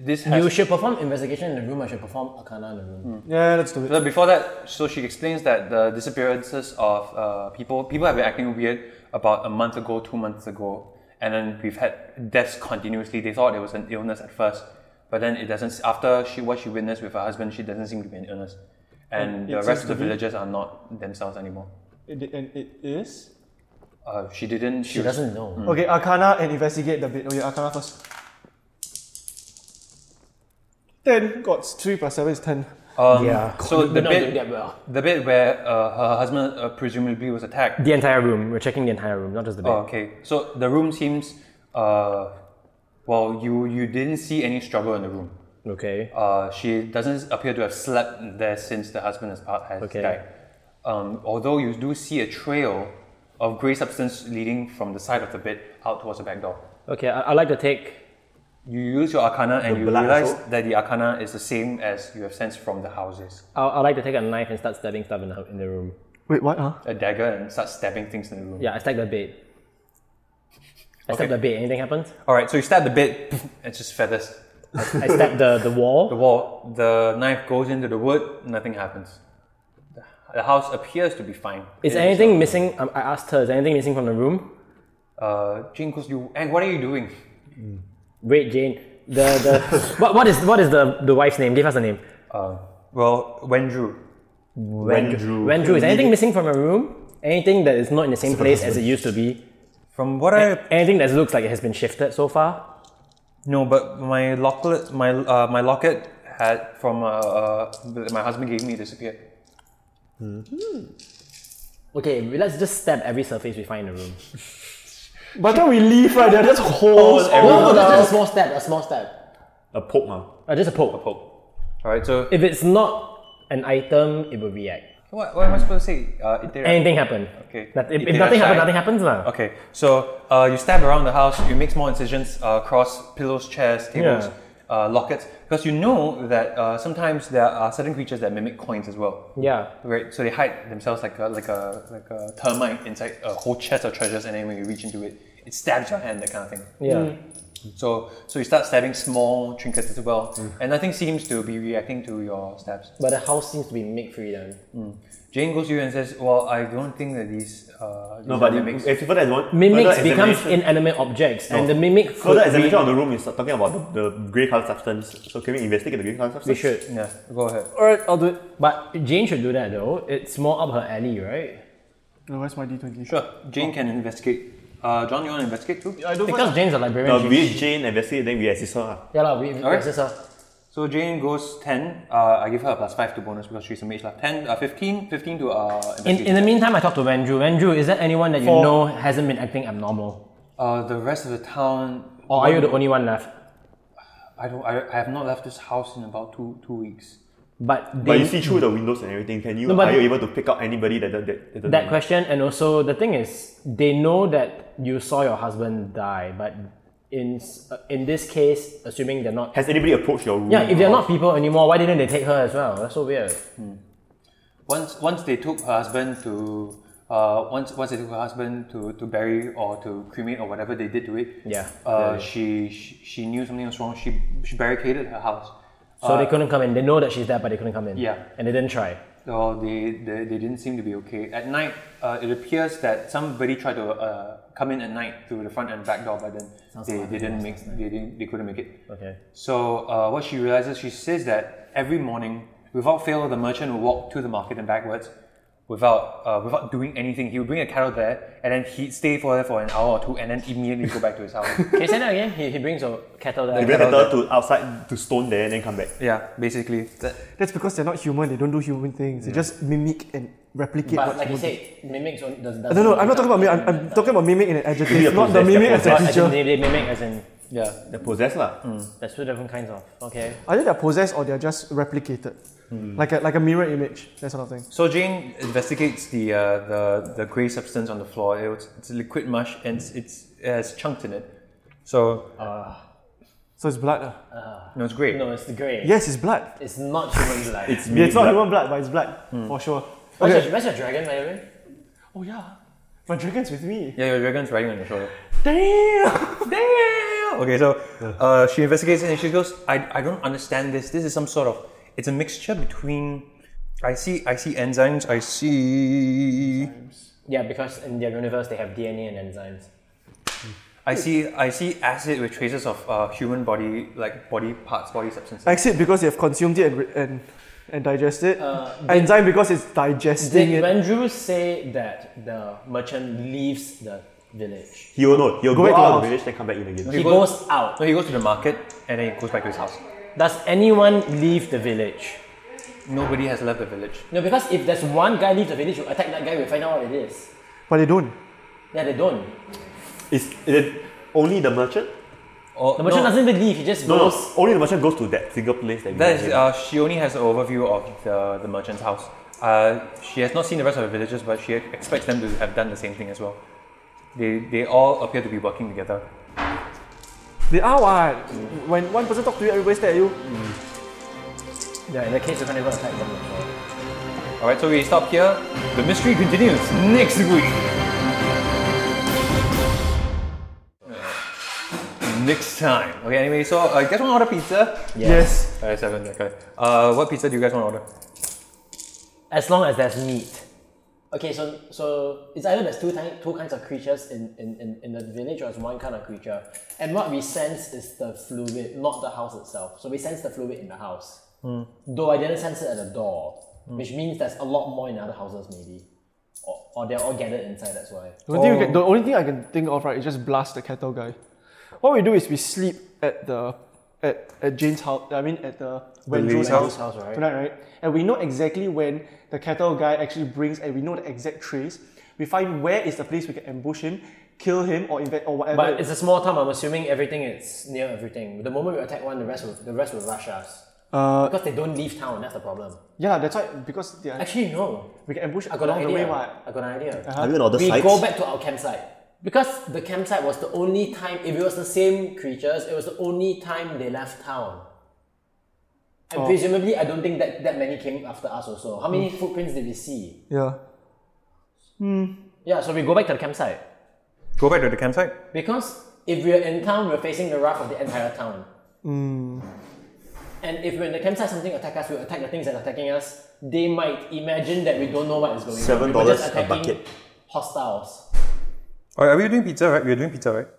this has
You should perform investigation in the room. I should perform arcana in the room.
Yeah, let's do it.
But before that, so she explains that the disappearances of uh, people, people have been acting weird about a month ago, two months ago, and then we've had deaths continuously. They thought it was an illness at first, but then it doesn't. After she what she witnessed with her husband, she doesn't seem to be an illness, and
it
the
seems
rest of the
to be-
villagers are not themselves anymore.
It- and it is.
Uh, she didn't. She,
She
was-
doesn't know.
Okay, Arcana and investigate the bit. Okay, Arcana first. Ten. Got three plus seven is ten.
Um,
Yeah.
So
We're
the
not doing that
bit,
well.
the bit where uh, her husband uh, presumably was attacked.
The entire room. We're checking the entire room, not just the bed.
Oh, okay. So the room seems. Uh, well, you you didn't see any struggle in the room.
Okay.
Uh, she doesn't appear to have slept there since the husband has, pa- has
Okay.
died. Um, although you do see a trail of grey substance leading from the side of the bed out towards the back door.
Okay. I, I like to take.
You use your arcana and
The
you
blood
realize
also?
that the arcana is the same as you have sensed from the houses.
I I like to take a knife and start stabbing stuff in the, in the room.
Wait, what? Huh?
A dagger and start stabbing things in the room.
Yeah, I stab the bed. I stab
Okay.
the bed. Anything happens?
Alright, so you stab the bed, it's just feathers.
I stab the, the
The
wall.
wall, the knife goes into the wood, nothing happens. The house appears to be fine.
Is
It
anything missing? Um, I asked her. Is anything missing from the room?
Uh, Jinkos, you. And what are you doing?
Wait, Jane. The the what, what is what is the the wife's name? Give us a name.
Uh, well, Wendrew.
Wendrew.
Wendrew. Is anything missing from a room? Anything that is not in the same place as it used to be?
From what I
Anything that looks like it has been shifted so far?
No, but my locket, my uh, my locket had from uh, uh, that my husband gave me disappeared.
Okay, let's just stab every surface we find in the room.
By the time we leave, right, there are just holes.
No, no, just a small stab. A small stab.
A poke, man.
Uh, just a poke. A poke.
All right, so
If it's not an item, it will react.
what, what am I supposed to say? Uh, it did.
Anything happen?
Okay.
That- if
It
if
did
nothing
outside.
happens, nothing happens lah.
Okay, so uh, you stab around the house. You make small incisions uh, across pillows, chairs, tables, uh, lockets, because you know that uh, sometimes there are certain creatures that mimic coins as well.
Yeah.
Right, so they hide themselves like a, like a like a termite inside a whole chest of treasures, and then when you reach into it, it stabs your hand, that kind of thing.
Yeah.
So so you start stabbing small trinkets as well,
Mm.
and nothing seems to be reacting to your stabs.
But the house seems to be make free then.
Jane goes to you and says, "Well, I don't think that these uh, these
No, but
are
the-
mimics."
if people that want
Mimics
further
becomes
examination-
inanimate objects, and the mimic could
further
be,
examination of the room is talking about the, the grey color substance. So can we investigate the grey color
we
substance?
should.
yeah, go ahead.
Alright, I'll do it. But Jane should do that though. It's more up her alley, right?
No, where's my D twenty?
Sure, Jane can investigate. Uh, John, you want to investigate too?
I don't.
Because Jane's a librarian.
Uh,
she-
we Jane investigate, then we assist her. lah.
yeah, lah, we,
Alright.
this is her.
So Jane goes ten. Uh, I give her a plus five to bonus because she's a mage. Like 10, uh, 15, 15
In, in the
to uh. investigation.
meantime, I talked to Andrew. Andrew, is there anyone that you
For-
know hasn't been acting abnormal?
uh, the rest of the town.
Or Oh, are you the only one left?
I don't. I, I have not left this house in about two two weeks.
But, they,
But you see through the windows and everything. Can you
No, but-
are you able to pick out anybody that that that, that,
that question and also the thing is they know that you saw your husband die but in s- uh, in this case assuming they're not
has anybody approached your room?
yeah if they're
or-
not people anymore why didn't they take her as well that's so weird
Once once they took her husband to uh, once once they took her husband to, to bury or to cremate or whatever they did to it.
Yeah,
Uh, she, she she knew something was wrong. She she barricaded her house.
so
Uh,
they couldn't come in they know that she's dead but they couldn't come in
Yeah.
and they didn't try
So they, they they didn't seem to be okay. At night, uh, it appears that somebody tried to uh, come in at night through the front and back door, but then they, they didn't make they didn't, they couldn't make it.
okay
So uh, what she realizes, she says that every morning, without fail, the merchant will walk to the market and backwards, without uh, without doing anything. He would bring a cattle there, and then he'd stay for there for an hour or two, and then immediately go back to his house.
can you say that again he, he brings a cattle there
You bring the turtle to outside to stone there and then come back.
yeah, basically. That,
That's because they're not human. They don't do human things. They just mimic and replicate.
but
what
like you
human
said mimics only does
do. No, no, I'm not talking about mimic. I'm, I'm talking about mimic in an adjective,
Really
not the
possessed
mimic
that
as a
was-
as in,
creature.
they, they mimic as in
yeah.
They're possessed lah.
there's two different kinds of okay
Either they're possessed or they're just replicated.
Hmm.
Like a like a mirror image, that sort of thing.
So Jane investigates the uh, the the gray substance on the floor. It was, it's a liquid mush and it's, it's it has chunks in it. So
So it's blood. ah.
no, it's great.
No, it's the grey.
Yes, it's blood.
It's not human blood. it's
Yeah, it's not human blood, but it's blood
Hmm.
for sure.
where's,
Okay.
your, where's your dragon, by the way?
Oh yeah, my dragon's with me.
Yeah, your dragon's riding on your shoulder.
Damn.
Damn. Okay, so uh, she investigates and she goes, I, I don't understand this. This is some sort of it's a mixture between I see I see enzymes, I see
Yeah, because in their universe they have DNA and enzymes.
I see I see acid with traces of uh, human body like body parts, body substances.
Exit because you have consumed it and re- and, and digested. Enzyme because it's digesting
Did
it.
Vendrew say that the merchant leaves the village?
He will know. He'll
Go
go,
back to
out
house.
of the village, then come back in again.
He
go-
goes out.
No, he goes to the market and then he goes back to his house.
Does anyone leave the village?
Nobody has left the village.
No, because if there's one guy leaves the village, you attack that guy, we find out what it is.
But they don't.
Yeah, they don't.
Is it only the merchant?
Or,
The merchant
Oh, no,
doesn't even leave, he just
No,
goes.
no, only the merchant goes to that single place that we
That
went
is,
in.
uh, she only has an overview of the, the merchant's house. Uh, she has not seen the rest of the villagers, but she expects them to have done the same thing as well. They, they all appear to be working together.
They are what? When one person talk to you, everybody stare at you.
Yeah, in that case, you can't even attack them.
Alright, so we stop here. The mystery continues next week. Next time. Okay, anyway, so uh, you guys want to order pizza?
Yes.
Alright, seven, okay. Uh, what pizza do you guys want to order?
As long as there's meat. Okay, so so it's either there's two, ti- two kinds of creatures in, in, in, in the village or it's one kind of creature. And what we sense is the fluid, not the house itself. So we sense the fluid in the house. Though I didn't sense it at the door, which means there's a lot more in other houses maybe. Or, or they're all gathered inside, that's why.
The only, thing you can, the only thing I can think of, right, is just blast the cattle guy. What we do is we sleep at the at, at Jane's house. I mean, at the Wenju's
lady's house.
house,
house, right?
tonight, right? And we know exactly when the cattle guy actually brings, and we know the exact trace. We find where is the place we can ambush him, kill him, or invent or whatever.
But it's a small town, I'm assuming everything is near everything. The moment we attack one, the rest will, the rest will rush us.
uh,
Because they don't leave town, that's the problem.
yeah, that's why because they are,
Actually, no.
we can ambush
I got
along
an
the way,
idea.
what? Uh-huh.
I got an idea.
Have you got other
we
sites?
go back to our campsite because the campsite was the only time. If it was the same creatures, it was the only time they left town.
Oh.
And presumably, I don't think that that many came after us. Also, how many footprints did we see?
Hmm. Yeah. Hmm.
Yeah, so we go back to the campsite
Go back to the campsite?
because if we're in town, we're facing the wrath of the entire town. And if we're in the campsite, something attack us, we'll attack the things that are attacking us. They might imagine that we don't know what is going on.
Seven
We were
dollars
just
a
attacking
bucket.
Hostiles.
Alright, are we doing pizza, right? We're doing pizza, right?